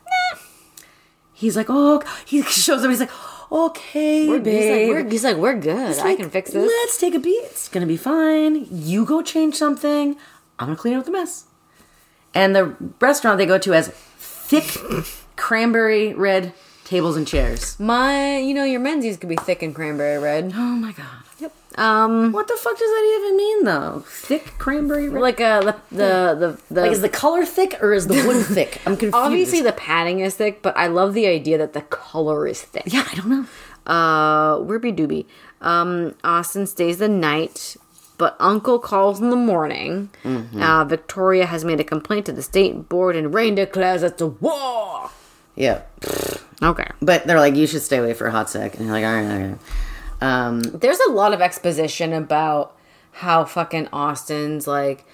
[SPEAKER 1] He's like, "Oh," he shows up. He's like, "Okay, babe."
[SPEAKER 2] He's like, we're, he's like, we're good. I
[SPEAKER 1] like,
[SPEAKER 2] can fix this.
[SPEAKER 1] Let's take a beat. It's gonna be fine. You go change something. I'm gonna clean up the mess. And the restaurant they go to has thick cranberry red tables and chairs.
[SPEAKER 2] My, you know, your Menzies could be thick and cranberry red.
[SPEAKER 1] Oh my god.
[SPEAKER 2] Um,
[SPEAKER 1] What the fuck does that even mean though? Thick cranberry red.
[SPEAKER 2] like uh, the the the, the
[SPEAKER 1] Like, is the color thick or is the wood thick? I'm confused.
[SPEAKER 2] obviously the padding is thick, but I love the idea that the color is thick.
[SPEAKER 1] yeah, I don't know.
[SPEAKER 2] Uh, Whirby Dooby. Um, Austin stays the night, but Uncle calls in the morning. Uh, Victoria has made a complaint to the state board, and Rain declares it's a war.
[SPEAKER 1] Yeah,
[SPEAKER 2] Okay.
[SPEAKER 1] but they're like, you should stay away for a hot sec, and you're like, all right, all right. Um,
[SPEAKER 2] there's a lot of exposition about how fucking Austin's like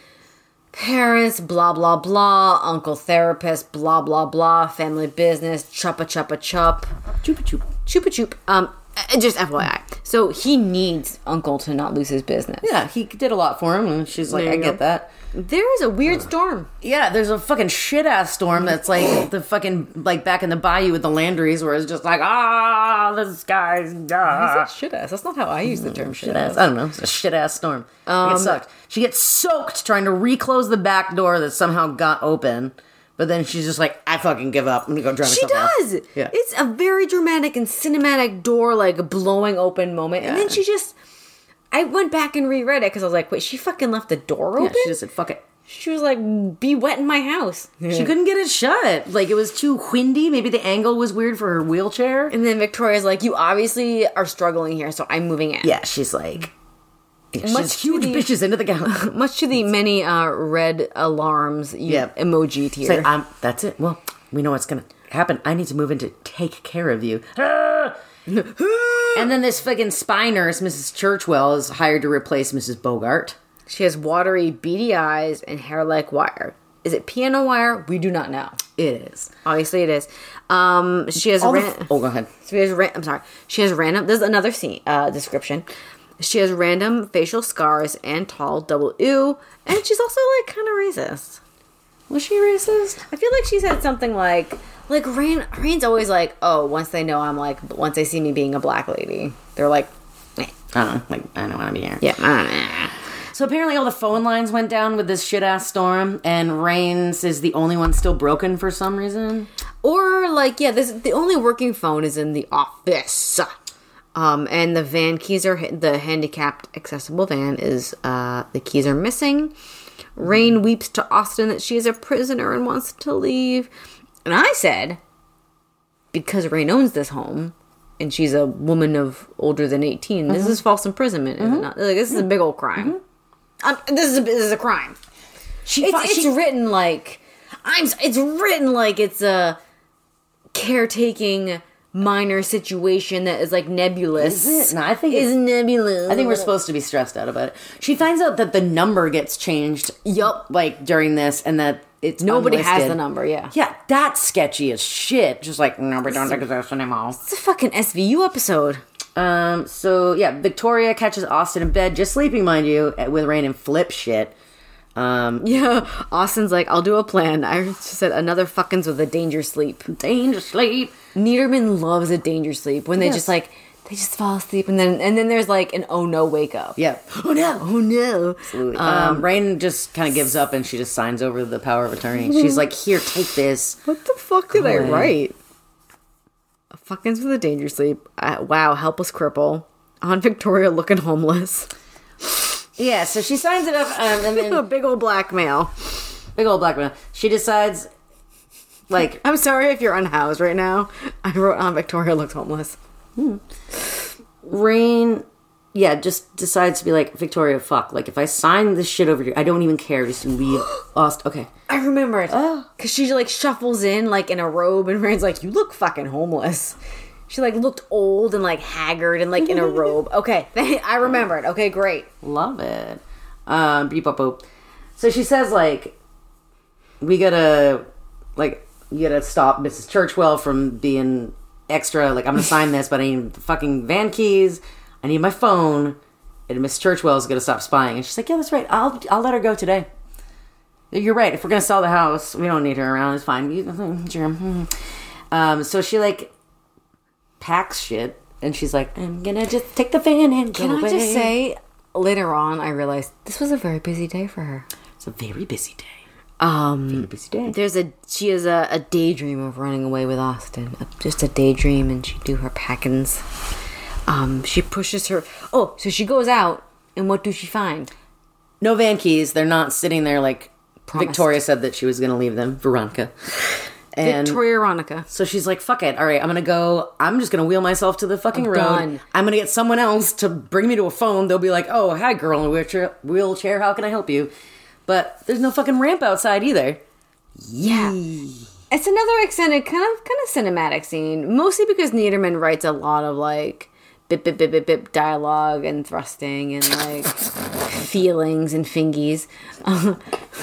[SPEAKER 2] parents, blah blah blah, uncle therapist, blah blah blah, family business, chupa chupa chup,
[SPEAKER 1] chupa chup.
[SPEAKER 2] chupa chup. Um, uh, just FYI. So he needs uncle to not lose his business.
[SPEAKER 1] Yeah, he did a lot for him, and she's like,
[SPEAKER 2] There
[SPEAKER 1] I
[SPEAKER 2] you
[SPEAKER 1] get
[SPEAKER 2] go.
[SPEAKER 1] that.
[SPEAKER 2] There is a weird storm.
[SPEAKER 1] Yeah, there's a fucking shit ass storm that's like the fucking like back in the bayou with the Landrys, where it's just like ah, the sky's ah.
[SPEAKER 2] Shit ass. That's not how I use the term shit
[SPEAKER 1] I
[SPEAKER 2] ass.
[SPEAKER 1] don't know, it's a shit ass storm.
[SPEAKER 2] Um,
[SPEAKER 1] it sucked. She gets soaked trying to reclose the back door that somehow got open, but then she's just like, I fucking give up. I'm gonna go drown.
[SPEAKER 2] She
[SPEAKER 1] myself out."
[SPEAKER 2] does.
[SPEAKER 1] Yeah.
[SPEAKER 2] It's a very dramatic and cinematic door like blowing open moment, and then
[SPEAKER 1] Yeah.
[SPEAKER 2] she just. I went back and reread it because I was like, wait, she fucking left the door
[SPEAKER 1] Yeah,
[SPEAKER 2] open.
[SPEAKER 1] she just said, fuck it.
[SPEAKER 2] She was like, "Be wet in my house."
[SPEAKER 1] She couldn't get it shut. Like it was too windy. Maybe the angle was weird for her wheelchair.
[SPEAKER 2] And then Victoria's like, "You obviously are struggling here, so I'm moving in."
[SPEAKER 1] Yeah, she's like, much huge
[SPEAKER 2] to the-
[SPEAKER 1] bitches into the galaxy.
[SPEAKER 2] Much to the many uh, red alarms you
[SPEAKER 1] Yep.
[SPEAKER 2] emoji tier.
[SPEAKER 1] Say, um, that's it. Well, we know what's gonna happen. I need to move in to take care of you. Ah! and then this fucking spy nurse, Mrs. Churchwell, is hired to replace Mrs. Bogart.
[SPEAKER 2] She has watery, beady eyes and hair like wire. Is it piano wire? We do not know.
[SPEAKER 1] It is.
[SPEAKER 2] Obviously, it is. Um, she has
[SPEAKER 1] All the
[SPEAKER 2] ran-
[SPEAKER 1] f- oh, go ahead.
[SPEAKER 2] She has ran- I'm sorry. She has random. There's another scene uh, description. She has random facial scars and tall double ew, and she's also like kind of racist.
[SPEAKER 1] Was she racist?
[SPEAKER 2] I feel like she said something like, like Rain. Rain's always like, oh, once they know I'm like, once they see me being a black lady, they're like, eh,
[SPEAKER 1] I don't know. Like, I don't want to be here.
[SPEAKER 2] yeah. I don't know.
[SPEAKER 1] So apparently, all the phone lines went down with this shit ass storm, and Rains is the only one still broken for some reason.
[SPEAKER 2] Or like, yeah, this the only working phone is in the office. Um, and the van keys are the handicapped accessible van is uh the keys are missing. Rain weeps to Austin that she is a prisoner and wants to leave. And I said, because Rain owns this home and she's a woman of older than 18, this is false imprisonment, is it not? Like this is a big old crime. Um, this is a, this is a crime.
[SPEAKER 1] She,
[SPEAKER 2] It's,
[SPEAKER 1] fi-
[SPEAKER 2] it's
[SPEAKER 1] she-
[SPEAKER 2] written like I'm. s- It's written like it's a caretaking minor situation that is like nebulous.
[SPEAKER 1] Is it? No, I think
[SPEAKER 2] is
[SPEAKER 1] it's-
[SPEAKER 2] nebulous.
[SPEAKER 1] I think we're supposed to be stressed out about it. She finds out that the number gets changed.
[SPEAKER 2] Yup.
[SPEAKER 1] Like during this, and that it's
[SPEAKER 2] Nobody has
[SPEAKER 1] unlisted.
[SPEAKER 2] the number. Yeah.
[SPEAKER 1] Yeah, that's sketchy as shit. Just like nobody don't exist anymore.
[SPEAKER 2] It's a fucking SVU episode.
[SPEAKER 1] Um. So yeah, Victoria catches Austin in bed, just sleeping, mind you, at- with Rain and Flip shit. Um.
[SPEAKER 2] Yeah. Austin's like, I'll do a plan. I just said another fuckins with a danger sleep.
[SPEAKER 1] Danger sleep.
[SPEAKER 2] Niederman loves a danger sleep when they
[SPEAKER 1] Yes.
[SPEAKER 2] just like they just fall asleep and then and then there's like an oh no wake up.
[SPEAKER 1] Yeah. Oh no.
[SPEAKER 2] Oh no.
[SPEAKER 1] Absolutely. Um, Rain just kind of gives up and she just signs over the power of attorney. She's like, "Here, take this."
[SPEAKER 2] What the fuck did I
[SPEAKER 1] Golly.
[SPEAKER 2] write? Fuckins with a danger sleep. Uh, wow, helpless cripple. On Victoria looking homeless.
[SPEAKER 1] Yeah. So she signs it up, um, and
[SPEAKER 2] a
[SPEAKER 1] then
[SPEAKER 2] big old blackmail.
[SPEAKER 1] big old black man. She decides, like,
[SPEAKER 2] I'm sorry if you're unhoused right now. I wrote on Victoria looks homeless.
[SPEAKER 1] Rain, yeah, just decides to be like, Victoria, fuck. Like, if I sign this shit over you, I don't even care. Just leave. Lost. Okay.
[SPEAKER 2] I remember it. Cause she like shuffles in like in a robe and Rand's like, You look fucking homeless. She like looked old and like haggard and like in a robe. Okay, I remember it. Okay, great.
[SPEAKER 1] Love it. Um, beep, boop, boop. So she says, like, we gotta, like, you gotta stop Mrs. Churchwell from being extra. Like, I'm gonna sign this, but I need the fucking van keys. I need my phone. And Miss Churchwell's gonna stop spying. And she's like, yeah, that's right. I'll, I'll let her go today. You're right. If we're gonna sell the house, we don't need her around. It's fine. You- Sure. Um, so she like packs shit, and she's like, "I'm gonna just take the van and go
[SPEAKER 2] Can I
[SPEAKER 1] away."
[SPEAKER 2] just say later on I realized this was a very busy day for her.
[SPEAKER 1] It's a very busy day.
[SPEAKER 2] Um
[SPEAKER 1] Very busy day.
[SPEAKER 2] There's a she has a, a daydream of running away with Austin, a, just a daydream, and she do her packings. Um, she pushes her. Oh, so she goes out, and what do she find?
[SPEAKER 1] No van keys. They're not sitting there like
[SPEAKER 2] Promised.
[SPEAKER 1] Victoria said that she was gonna leave them. Veronica. And
[SPEAKER 2] Victoria Ronica.
[SPEAKER 1] so she's like, "Fuck it. All right, I'm gonna go. I'm just gonna wheel myself to the fucking road.
[SPEAKER 2] done.
[SPEAKER 1] I'm gonna get someone else to bring me to a phone. They'll be like, "Oh, hi, girl in a wheelchair. Wheelchair. How can I help you?" But there's no fucking ramp outside either.
[SPEAKER 2] Yeah, it's another extended kind of kind of cinematic scene, mostly because Niederman writes a lot of like bip bip bip bip bip dialogue and thrusting and like feelings and fingies. Um,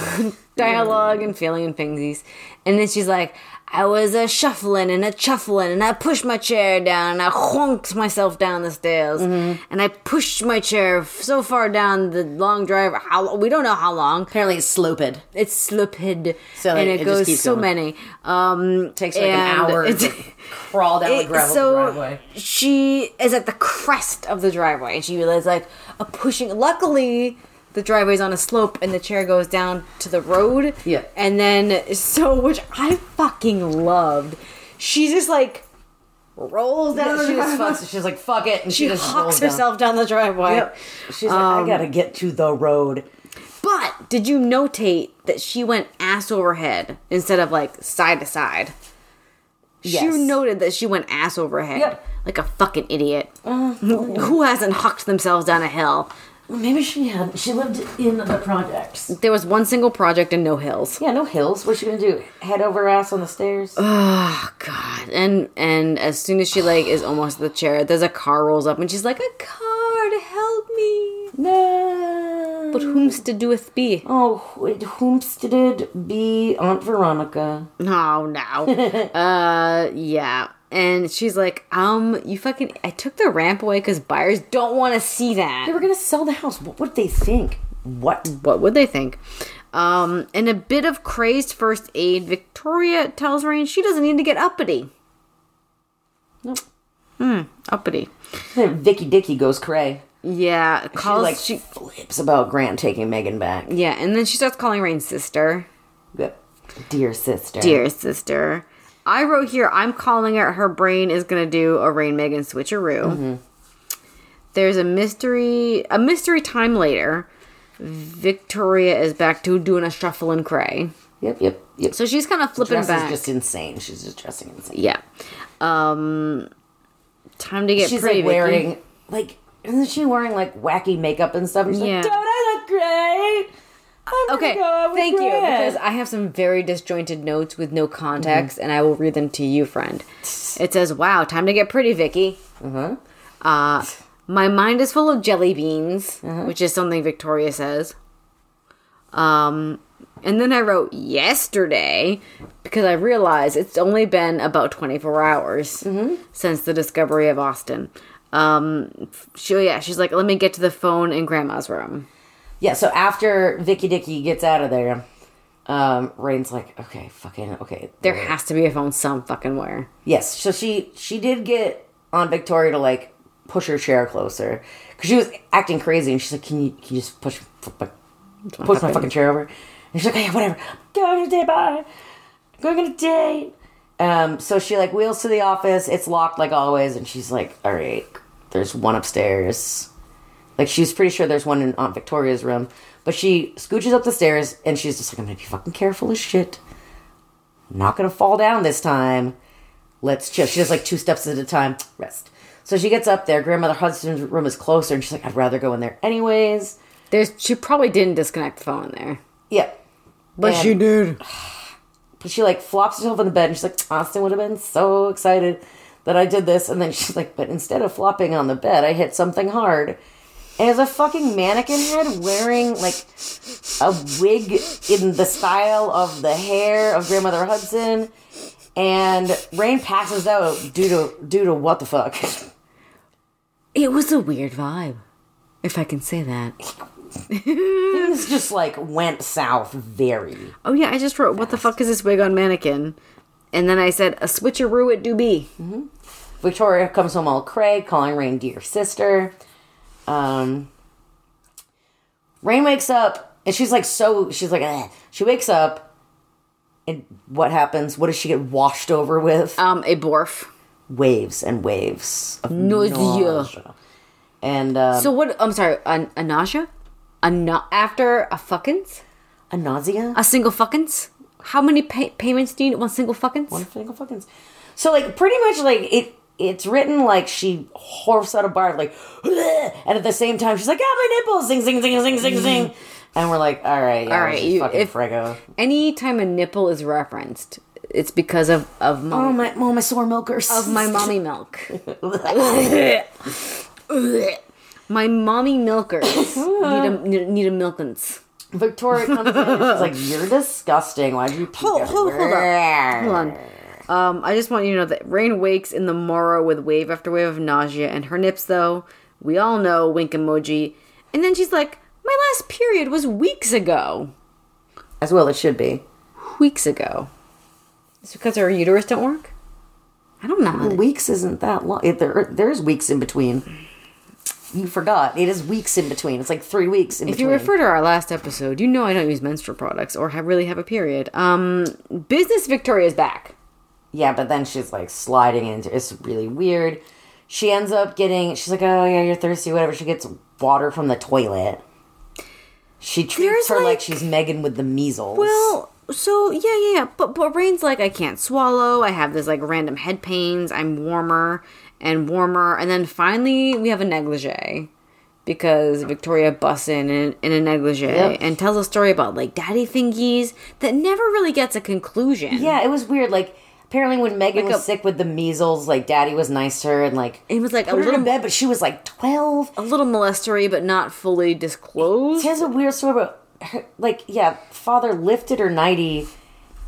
[SPEAKER 2] dialogue and feeling and fingies. And then she's like, I was a shuffling and a chuffling, and I pushed my chair down, and I honked myself down the stairs, and I pushed my chair so far down the long drive. How we don't know how long.
[SPEAKER 1] Apparently, it's sloped.
[SPEAKER 2] It's slipid,
[SPEAKER 1] So
[SPEAKER 2] and
[SPEAKER 1] it-
[SPEAKER 2] it,
[SPEAKER 1] it just
[SPEAKER 2] goes
[SPEAKER 1] keeps
[SPEAKER 2] so
[SPEAKER 1] going.
[SPEAKER 2] many. Um,
[SPEAKER 1] Takes like an
[SPEAKER 2] and
[SPEAKER 1] hour to crawl down the
[SPEAKER 2] it-
[SPEAKER 1] gravel
[SPEAKER 2] so
[SPEAKER 1] driveway.
[SPEAKER 2] she is at the crest of the driveway and she realizes like a pushing luckily the driveway's on a slope and the chair goes down to the road
[SPEAKER 1] Yeah.
[SPEAKER 2] and then so which i fucking loved she just like rolls down the
[SPEAKER 1] she just
[SPEAKER 2] driveway
[SPEAKER 1] fucks. She's like, "Fuck it," and she, Um,
[SPEAKER 2] she
[SPEAKER 1] just
[SPEAKER 2] hucks
[SPEAKER 1] rolls down.
[SPEAKER 2] herself down the driveway
[SPEAKER 1] Yep. She's like, "I gotta get to the road."
[SPEAKER 2] but did you notate that she went ass over head instead of like side to side She
[SPEAKER 1] Yes.
[SPEAKER 2] noted that she went ass over head.
[SPEAKER 1] Yep. Uh-huh.
[SPEAKER 2] Like a fucking idiot. Who hasn't hucked themselves down a hill?
[SPEAKER 1] Maybe she had. She lived in the projects.
[SPEAKER 2] There was one single project and no hills.
[SPEAKER 1] Yeah, no hills. What's she gonna do? Head over ass on the stairs?
[SPEAKER 2] Oh God! And and as soon as she like is almost at the chair, there's a car rolls up and she's like, "A car to help me."
[SPEAKER 1] no.
[SPEAKER 2] But whom's to doeth be?
[SPEAKER 1] Oh, it homesteaded be Aunt Veronica.
[SPEAKER 2] No, Oh, no. uh, yeah. And she's like, um, you fucking, I took the ramp away because buyers don't want to see
[SPEAKER 1] They
[SPEAKER 2] that.
[SPEAKER 1] were gonna sell the house. What would they think? What?
[SPEAKER 2] What would they think? Um, in a bit of crazed first aid, Victoria tells Rain she doesn't need to get uppity. Hmm,
[SPEAKER 1] Nope.
[SPEAKER 2] Uppity.
[SPEAKER 1] Then Vicky Dicky goes cray.
[SPEAKER 2] Yeah.
[SPEAKER 1] She
[SPEAKER 2] Calls,
[SPEAKER 1] like she
[SPEAKER 2] she,
[SPEAKER 1] flips about Grant taking Megan back.
[SPEAKER 2] yeah. And then she starts calling Rain sister.
[SPEAKER 1] Yep. Dear sister.
[SPEAKER 2] Dear sister. I wrote here, I'm calling it her brain is going to do a Rain Megan switcheroo.
[SPEAKER 1] Mm-hmm.
[SPEAKER 2] There's a mystery, a mystery time later. Victoria is back to doing a shuffle and cray.
[SPEAKER 1] Yep. Yep. Yep.
[SPEAKER 2] So she's kind of flipping
[SPEAKER 1] dress
[SPEAKER 2] back.
[SPEAKER 1] is just insane. She's just dressing insane.
[SPEAKER 2] yeah. Um, time to get
[SPEAKER 1] She's
[SPEAKER 2] pretty.
[SPEAKER 1] like
[SPEAKER 2] Vicky.
[SPEAKER 1] wearing like isn't she wearing like wacky makeup and stuff? And she's
[SPEAKER 2] Yeah.
[SPEAKER 1] like, Don't I look great? I'm gonna
[SPEAKER 2] Okay,
[SPEAKER 1] go out with
[SPEAKER 2] thank you.
[SPEAKER 1] Grant."
[SPEAKER 2] Because I have some very disjointed notes with no context, and I will read them to you, friend. It says, "Wow, time to get pretty, Vicky."
[SPEAKER 1] Uh-huh.
[SPEAKER 2] Uh, my mind is full of jelly beans, which is something Victoria says. Um, and then I wrote yesterday because I realized it's only been about 24 hours since the discovery of Austin. Um, she, yeah, she's like, let me get to the phone in grandma's room.
[SPEAKER 1] Yeah, so after Vicky Dicky gets out of there, um, Rain's like, Okay, fucking okay.
[SPEAKER 2] There has to be a phone some fucking where.
[SPEAKER 1] Yes, so she she did get on Victoria to like push her chair closer because she was acting crazy, and she's like, "Can you can you just push f- f- push my fucking chair over?" And she's like, "Okay, whatever. I'm going on a date, bye. I'm going on a date." Um, so she like wheels to the office. It's locked like always, and she's like, "All right, there's one upstairs." Like she's pretty sure there's one in Aunt Victoria's room, but she scooches up the stairs and she's just like, "I'm gonna be fucking careful as shit. I'm not gonna fall down this time." let's chill. She does like two steps at a time, rest. So she gets up there. Grandmother Hudson's room is closer, and she's like, I'd rather go in there anyways.
[SPEAKER 2] There's she probably didn't disconnect the phone there,
[SPEAKER 1] Yeah.
[SPEAKER 2] but
[SPEAKER 1] she
[SPEAKER 2] did.
[SPEAKER 1] But she like flops herself on the bed, and she's like, Austin would have been so excited that I did this. And then she's like, but instead of flopping on the bed, I hit something hard. And it's a fucking mannequin head wearing like a wig in the style of the hair of Grandmother Hudson. And Rain passes out due to due to what the fuck.
[SPEAKER 2] It was a weird vibe, if I can say that.
[SPEAKER 1] Things just like went south very
[SPEAKER 2] Oh yeah, I just wrote, "What the fuck is this wig on mannequin?" And then I said, "A switcheroo at Doobie."
[SPEAKER 1] Victoria comes home all cray, calling Rain dear sister. Um, Rain wakes up and she's like so she's like "Eh." she wakes up and what happens? What does she get washed over with?
[SPEAKER 2] Um, a borf.
[SPEAKER 1] waves and waves of
[SPEAKER 2] Nausea.
[SPEAKER 1] nausea. And um,
[SPEAKER 2] So what? I'm sorry, a, a nausea, a na- after a fuckins,
[SPEAKER 1] a nausea.
[SPEAKER 2] a single fuckins. How many pay- payments do you need? One single fuckins.
[SPEAKER 1] One single fucking. So like pretty much like it. It's written like she horfs out a bar like, "Ugh," and at the same time she's like, "Ah, my nipples!" Zing, zing, zing, zing, zing, zing. And we're like, "All right, yeah,
[SPEAKER 2] All
[SPEAKER 1] all
[SPEAKER 2] right,
[SPEAKER 1] right,
[SPEAKER 2] you-
[SPEAKER 1] fucking
[SPEAKER 2] if-
[SPEAKER 1] frigo."
[SPEAKER 2] Any time a nipple is referenced, it's because of of mom,
[SPEAKER 1] Oh my, oh my sore milkers.
[SPEAKER 2] of my mommy milk. my mommy milkers need a need, need a milkins.
[SPEAKER 1] Victoria comes in and she's like, "You're disgusting. Why'd you pee
[SPEAKER 2] Hold- hold- hold up.
[SPEAKER 1] everywhere?"
[SPEAKER 2] Hold on. Um, I just want you to know that Rain wakes in the morrow with wave after wave of nausea and her nips, though. We all know, wink emoji. And then she's like, My last period was weeks ago.
[SPEAKER 1] As well, it should be
[SPEAKER 2] Weeks ago. It's because her uterus don't work? I don't know.
[SPEAKER 1] weeks. Isn't that long? It- There, there's weeks in between. You forgot. It is weeks in between. It's like three weeks in
[SPEAKER 2] If you
[SPEAKER 1] between.
[SPEAKER 2] refer to our last episode, you know I don't use menstrual products or have really have a period. Um, Business Victoria's back.
[SPEAKER 1] Yeah, but then she's like sliding into it's really weird. She ends up getting she's like, Oh yeah, you're thirsty, whatever. She gets water from the toilet. She treats
[SPEAKER 2] There's,
[SPEAKER 1] her like,
[SPEAKER 2] like-
[SPEAKER 1] she's Megan with the measles.
[SPEAKER 2] Well, so yeah, yeah, yeah. But but Rain's like, I can't swallow. I have this like random head pains. I'm warmer and warmer, and then finally we have a negligee because Victoria busts in in, in a negligee
[SPEAKER 1] Yep.
[SPEAKER 2] and tells a story about like daddy thingies that never really gets a conclusion.
[SPEAKER 1] Yeah, it was weird. Like apparently, when Megan
[SPEAKER 2] Like
[SPEAKER 1] was
[SPEAKER 2] a-
[SPEAKER 1] sick with the measles, like Daddy was nice to her and like
[SPEAKER 2] It was like a
[SPEAKER 1] put her to
[SPEAKER 2] little
[SPEAKER 1] bed, but she was like twelve.
[SPEAKER 2] a little molestery, but not fully disclosed.
[SPEAKER 1] She has a weird story about her, like yeah, father lifted her ninety,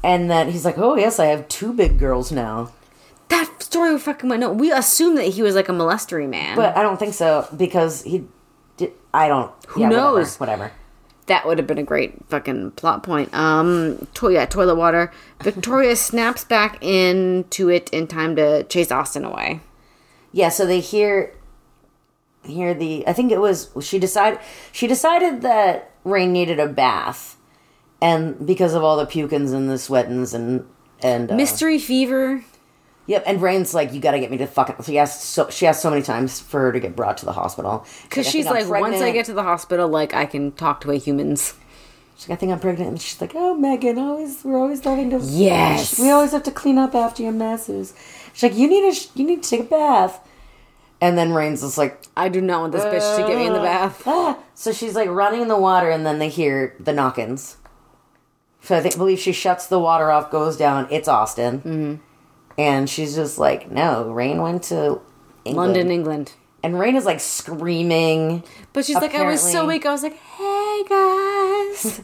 [SPEAKER 1] and then he's like, oh yes, I have two big girls now,
[SPEAKER 2] That story fucking went. No, we assume that he was like a molestery man,
[SPEAKER 1] but I don't think so because he. Did, I don't. Who
[SPEAKER 2] knows?
[SPEAKER 1] Whatever.
[SPEAKER 2] that would have been a great fucking plot point. Um, to- yeah, toilet water. Victoria snaps back into it in time to chase Austin away.
[SPEAKER 1] yeah so they hear hear the i think it was she decided she decided that rain needed a bath and because of all the pukins and the sweatins and and uh,
[SPEAKER 2] Mystery fever.
[SPEAKER 1] yep and rain's like you got to get me to fucking she asked so she asked so many times for her to get brought to the hospital
[SPEAKER 2] Because
[SPEAKER 1] I
[SPEAKER 2] she's
[SPEAKER 1] think
[SPEAKER 2] like,
[SPEAKER 1] I'm
[SPEAKER 2] once I
[SPEAKER 1] pregnant."
[SPEAKER 2] get to the hospital, like I can talk to a humans.
[SPEAKER 1] she's like, i think i'm pregnant and she's like oh megan always we're always loving to
[SPEAKER 2] Yes.
[SPEAKER 1] we always have to clean up after your messes she's like you need a sh- you need to take a bath and then rain's just like
[SPEAKER 2] I do not want this bitch to get me in the bath.
[SPEAKER 1] Ah, so she's like running in the water, and then they hear the knockins. So I think believe she shuts the water off, goes down. It's Austin, mm-hmm. and she's just like, "No, Rain went to Uh, England.
[SPEAKER 2] London, England.
[SPEAKER 1] and Rain is like screaming."
[SPEAKER 2] But she's like, I was so
[SPEAKER 1] Apparently-
[SPEAKER 2] weak. I was like, hey guys,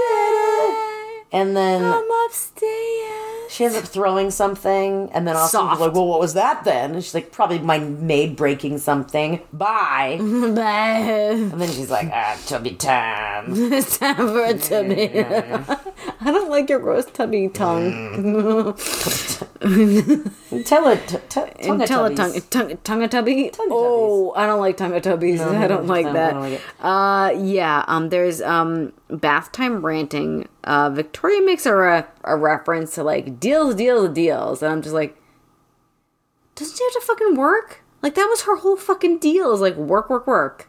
[SPEAKER 1] Austin, and then
[SPEAKER 2] I'm upstairs.
[SPEAKER 1] she ends up throwing something, and then Austin's
[SPEAKER 2] Soft.
[SPEAKER 1] like, "Well, what was that then?" And she's like, "Probably my maid breaking something." Bye.
[SPEAKER 2] Mm-hmm.
[SPEAKER 1] and
[SPEAKER 2] Bye.
[SPEAKER 1] then she's like, "Ah, tubby time."
[SPEAKER 2] it's time for a tummy. I don't like your gross tummy
[SPEAKER 1] Mm.
[SPEAKER 2] tongue.
[SPEAKER 1] Tell it. T- t-
[SPEAKER 2] And tell a tongue, tongue, tongue a tubby. Oh, I don't like tongue a tubbies. I don't like
[SPEAKER 1] no, I
[SPEAKER 2] that.
[SPEAKER 1] don't like it.
[SPEAKER 2] uh, yeah. Um, there's um bath time ranting. Uh, Victoria makes a re- a reference to like deals, deals, deals, and I'm just like, doesn't she have to fucking work? Like that was her whole fucking deal is like work, work, work.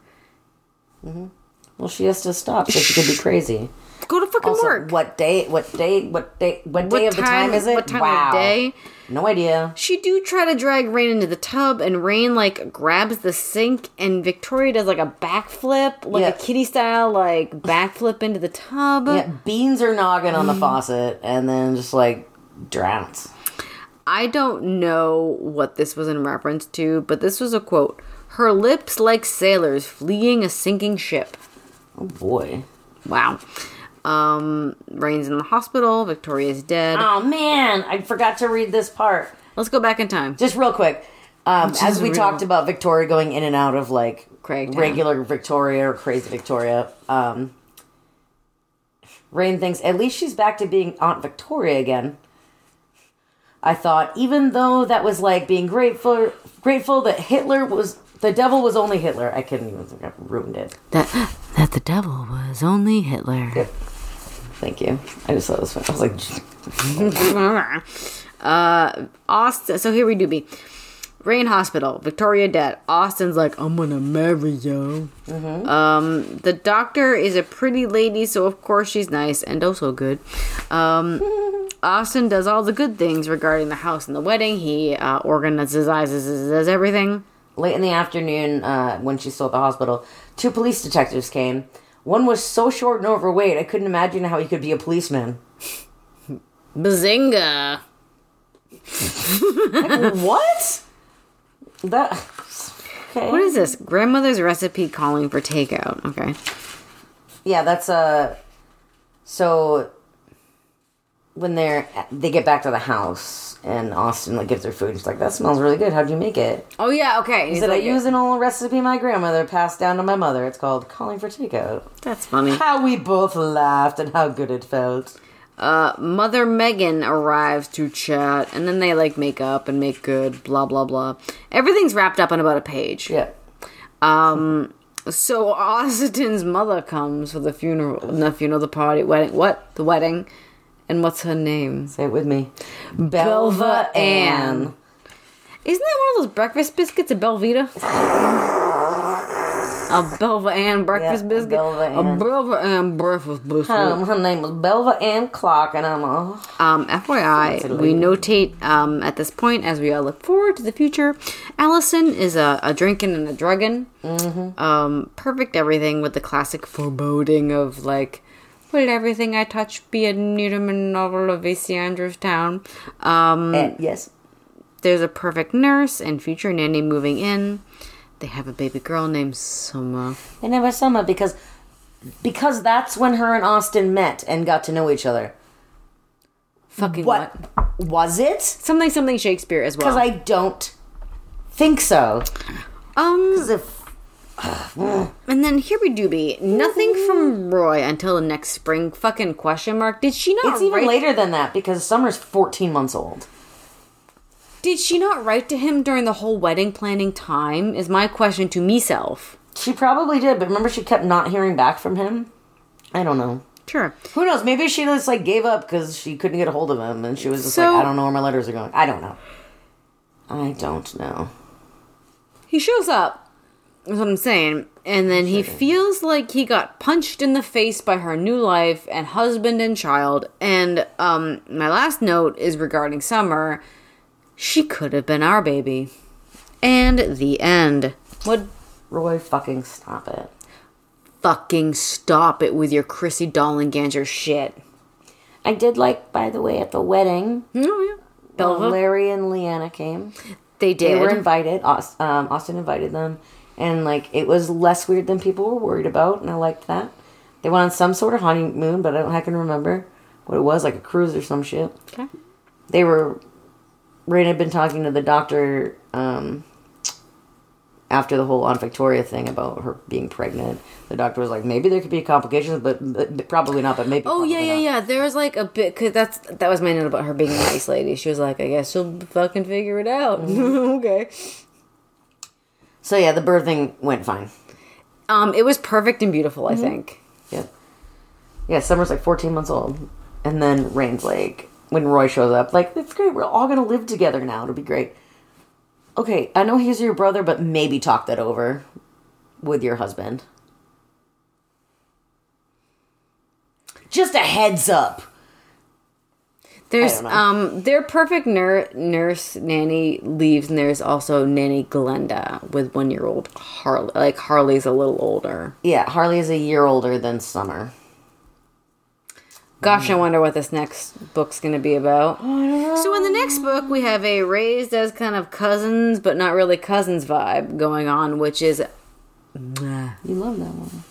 [SPEAKER 1] Well, she has to stop so she could be crazy.
[SPEAKER 2] Go to fucking
[SPEAKER 1] Also,
[SPEAKER 2] work.
[SPEAKER 1] what day? What day? What day? What day of the time is it?
[SPEAKER 2] What time
[SPEAKER 1] wow.
[SPEAKER 2] of day?
[SPEAKER 1] No idea.
[SPEAKER 2] She do try to drag Rain into the tub, and Rain like grabs the sink, and Victoria does like a backflip, like
[SPEAKER 1] Yeah.
[SPEAKER 2] a kitty style, like backflip into the tub.
[SPEAKER 1] Yeah, beans are noggin on the
[SPEAKER 2] Mm.
[SPEAKER 1] faucet, and then just like drowns.
[SPEAKER 2] I don't know what this was in reference to, but this was a quote: "Her lips like sailors fleeing a sinking ship."
[SPEAKER 1] Oh boy.
[SPEAKER 2] Wow. Um, Rain's in the hospital. Victoria's dead.
[SPEAKER 1] Oh man, I forgot to read this part.
[SPEAKER 2] Let's go back in time.
[SPEAKER 1] Just real quick. Um, as we
[SPEAKER 2] real.
[SPEAKER 1] talked about Victoria going in and out of like
[SPEAKER 2] Craigtown.
[SPEAKER 1] regular Victoria or crazy Victoria, um, Rain thinks at least she's back to being Aunt Victoria again. I thought, even though that was like being grateful, grateful that Hitler was the devil was only Hitler. I couldn't even think I ruined it.
[SPEAKER 2] That that the devil was only Hitler.
[SPEAKER 1] Thank you. I just thought it was fun. I was like,
[SPEAKER 2] uh, Austin. So here we do be. Rain Hospital, Victoria dead. Austin's like, I'm gonna marry you. Um, the doctor is a pretty lady, so of course she's nice and also good. Um, Austin does all the good things regarding the house and the wedding. He uh, organizes does everything.
[SPEAKER 1] Late in the afternoon, uh, when she's still at the hospital, two police detectives came. One was so short and overweight, I couldn't imagine how he could be a policeman.
[SPEAKER 2] Bazinga!
[SPEAKER 1] what? That. Okay.
[SPEAKER 2] What is this? Grandmother's recipe calling for takeout. Okay.
[SPEAKER 1] Yeah, that's Uh, so when they're they get back to the house and Austin like gives her food, he's like, "That smells really good. How'd you make it?"
[SPEAKER 2] Oh yeah. Okay. He's
[SPEAKER 1] He said, "I
[SPEAKER 2] like,
[SPEAKER 1] use an old recipe my grandmother passed down to my mother. It's called calling for takeout."
[SPEAKER 2] That's funny.
[SPEAKER 1] How we both laughed and how good it felt.
[SPEAKER 2] Uh, Mother Megan arrives to chat, and then they like make up and make good, blah blah blah. Everything's wrapped up in about a page.
[SPEAKER 1] Yeah.
[SPEAKER 2] Um, so Austin's mother comes for the funeral, not funeral, the party, wedding, what the wedding, and what's her name?
[SPEAKER 1] Say it with me. Belva Ann.
[SPEAKER 2] Isn't that one of those breakfast biscuits at Belvita? A Belva Ann
[SPEAKER 1] Yeah,
[SPEAKER 2] breakfast
[SPEAKER 1] a
[SPEAKER 2] biscuit.
[SPEAKER 1] Belva Ann.
[SPEAKER 2] A Belva Ann breakfast biscuit.
[SPEAKER 1] Um, her name was Belva Ann Clark, and I'm a
[SPEAKER 2] Um, FYI, we notate um, at this point as we all look forward to the future. Allison is a, a drinking and a drugging. Mm-hmm. Um, perfect everything with the classic foreboding of like, will everything I touch be a Newman novel of A.C. Andrews Town? Um,
[SPEAKER 1] and eh, yes,
[SPEAKER 2] there's a perfect nurse and future nanny moving in. They have a baby girl named Soma.
[SPEAKER 1] and it was summer because because that's when her and Austin met and got to know each other.
[SPEAKER 2] Fucking what?
[SPEAKER 1] What was it?
[SPEAKER 2] Something something Shakespeare as well.
[SPEAKER 1] Because I don't think so.
[SPEAKER 2] um,
[SPEAKER 1] If
[SPEAKER 2] And then here we do be nothing
[SPEAKER 1] Mm-hmm.
[SPEAKER 2] from Roy until the next spring. Fucking question mark. Did she not?
[SPEAKER 1] it's even
[SPEAKER 2] write,
[SPEAKER 1] later than that because Summer's 14 months old.
[SPEAKER 2] Did she not write to him during the whole wedding planning time? Is my question to myself.
[SPEAKER 1] She probably did, but remember she kept not hearing back from him? I don't know.
[SPEAKER 2] Sure.
[SPEAKER 1] Who knows? Maybe she just like gave up because she couldn't get a hold of him and she was just
[SPEAKER 2] So-
[SPEAKER 1] like, I don't know where my letters are going. I don't know. I don't know.
[SPEAKER 2] He shows up. That's what I'm saying. And then he feels like he got punched in the face by her new life and husband and child. And um, my last note is regarding Summer. She could have been our baby. And the end. What
[SPEAKER 1] Roy, fucking stop it.
[SPEAKER 2] fucking stop it with your Chrissy Dollinganger shit.
[SPEAKER 1] I did like, by the way, at the wedding,
[SPEAKER 2] Oh yeah,
[SPEAKER 1] uh,
[SPEAKER 2] Belva.
[SPEAKER 1] Larry and Leanna came. They
[SPEAKER 2] they did.
[SPEAKER 1] were invited. Aus- um, Austin invited them, and like it was less weird than people were worried about, and I liked that. They went on some sort of honeymoon, but I don't I can remember what it was, like a cruise or some shit.
[SPEAKER 2] okay.
[SPEAKER 1] They were. Rain had been talking to the doctor um, after the whole Aunt Victoria thing about her being pregnant. The doctor was like, maybe there could be complications, but, but, but probably not. But maybe.
[SPEAKER 2] Oh yeah,
[SPEAKER 1] probably
[SPEAKER 2] yeah,
[SPEAKER 1] not."
[SPEAKER 2] yeah. There was like a bit because that's that was my note about her being a nice lady. She was like, I guess she'll fucking figure it out.
[SPEAKER 1] Mm-hmm.
[SPEAKER 2] okay.
[SPEAKER 1] So yeah, the birthing went fine.
[SPEAKER 2] Um, it was perfect and beautiful.
[SPEAKER 1] Mm-hmm.
[SPEAKER 2] I think.
[SPEAKER 1] Yep. Yeah, Summer's like 14 months old. And then Rain's like, when Roy shows up, like, it's great. We're all going to live together now. It'll be great. Okay, I know he's your brother, but maybe talk that over with your husband. Just a heads up.
[SPEAKER 2] There's
[SPEAKER 1] don't know.
[SPEAKER 2] um their perfect nur- nurse nanny leaves and there's also nanny Glenda with one year old Harley like Harley's a little older.
[SPEAKER 1] Yeah, Harley is a year older than Summer.
[SPEAKER 2] Gosh, I wonder what this next book's going to be about. So in the next book, we have a raised as kind of cousins, but not really cousins vibe going on, which is
[SPEAKER 1] You love that one.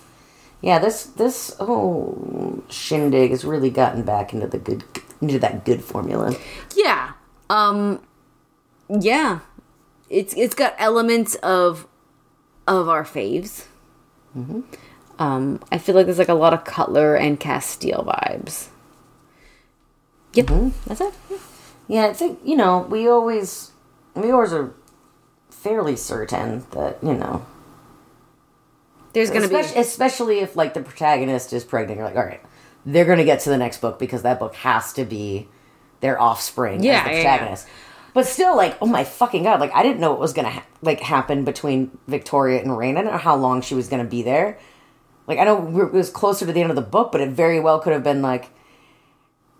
[SPEAKER 1] Yeah, this this whole shindig has really gotten back into the good into that good formula.
[SPEAKER 2] yeah, um, yeah, it's it's got elements of of our faves. Um, I feel like there's like a lot of Cutler and Castile vibes. Yep, that's it.
[SPEAKER 1] Yeah, I think you know we always we always are fairly certain that you know,
[SPEAKER 2] There's gonna be
[SPEAKER 1] especially, especially if like the protagonist is pregnant, you're like, all right, they're gonna get to the next book because that book has to be their offspring
[SPEAKER 2] Yeah,
[SPEAKER 1] as the
[SPEAKER 2] yeah, yeah.
[SPEAKER 1] protagonist. But still, like, oh my fucking god! Like, I didn't know what was gonna ha- like happen between Victoria and Rain. I don't know how long she was gonna be there. Like, I know we- it was closer to the end of the book, but it very well could have been like,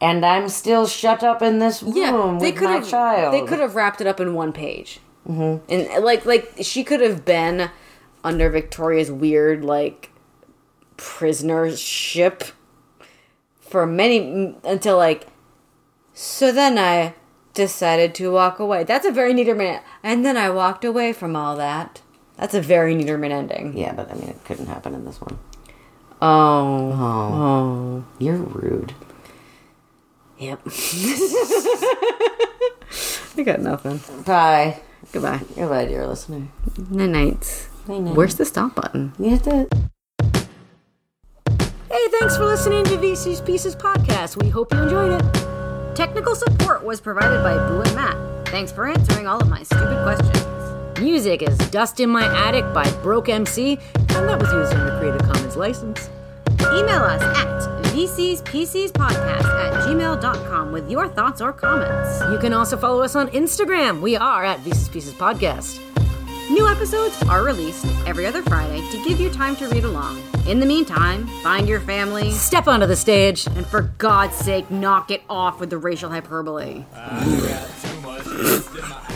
[SPEAKER 1] and I'm still shut up in this room
[SPEAKER 2] yeah, they
[SPEAKER 1] Oh, with
[SPEAKER 2] could
[SPEAKER 1] my
[SPEAKER 2] have
[SPEAKER 1] child.
[SPEAKER 2] they could have wrapped it up in one page, mm-hmm. and like like she could have been under Victoria's weird like prisonership for many m- until like. So then I decided to walk away. That's a very Niederman, and then I walked away from all that. That's a very Niederman ending.
[SPEAKER 1] Yeah, but I mean, it couldn't happen in this one.
[SPEAKER 2] Oh,
[SPEAKER 1] Oh,
[SPEAKER 2] oh,
[SPEAKER 1] you're rude.
[SPEAKER 2] yep. I got nothing.
[SPEAKER 1] Bye.
[SPEAKER 2] Goodbye.
[SPEAKER 1] Goodbye, dear listener.
[SPEAKER 2] Night nights.
[SPEAKER 1] Mm.
[SPEAKER 2] Where's the stop button?
[SPEAKER 1] You have to.
[SPEAKER 3] Hey, thanks for listening to VC's Pieces podcast. We hope you enjoyed it. Technical support was provided by Boo and Matt. Thanks for answering all of my stupid questions. Music is Dust in My Attic by Broke MC, and that was used under Creative Commons license. Email us at vcspcspodcast at gmail.com with your thoughts or comments. You can also follow us on Instagram. We are at VC's Pieces Podcast.
[SPEAKER 2] New episodes are released every other Friday to give you time to read along. In the meantime, find your family
[SPEAKER 4] Step onto the stage.
[SPEAKER 2] and for God's sake, knock it off with the racial hyperbole.
[SPEAKER 5] got too much yeast in my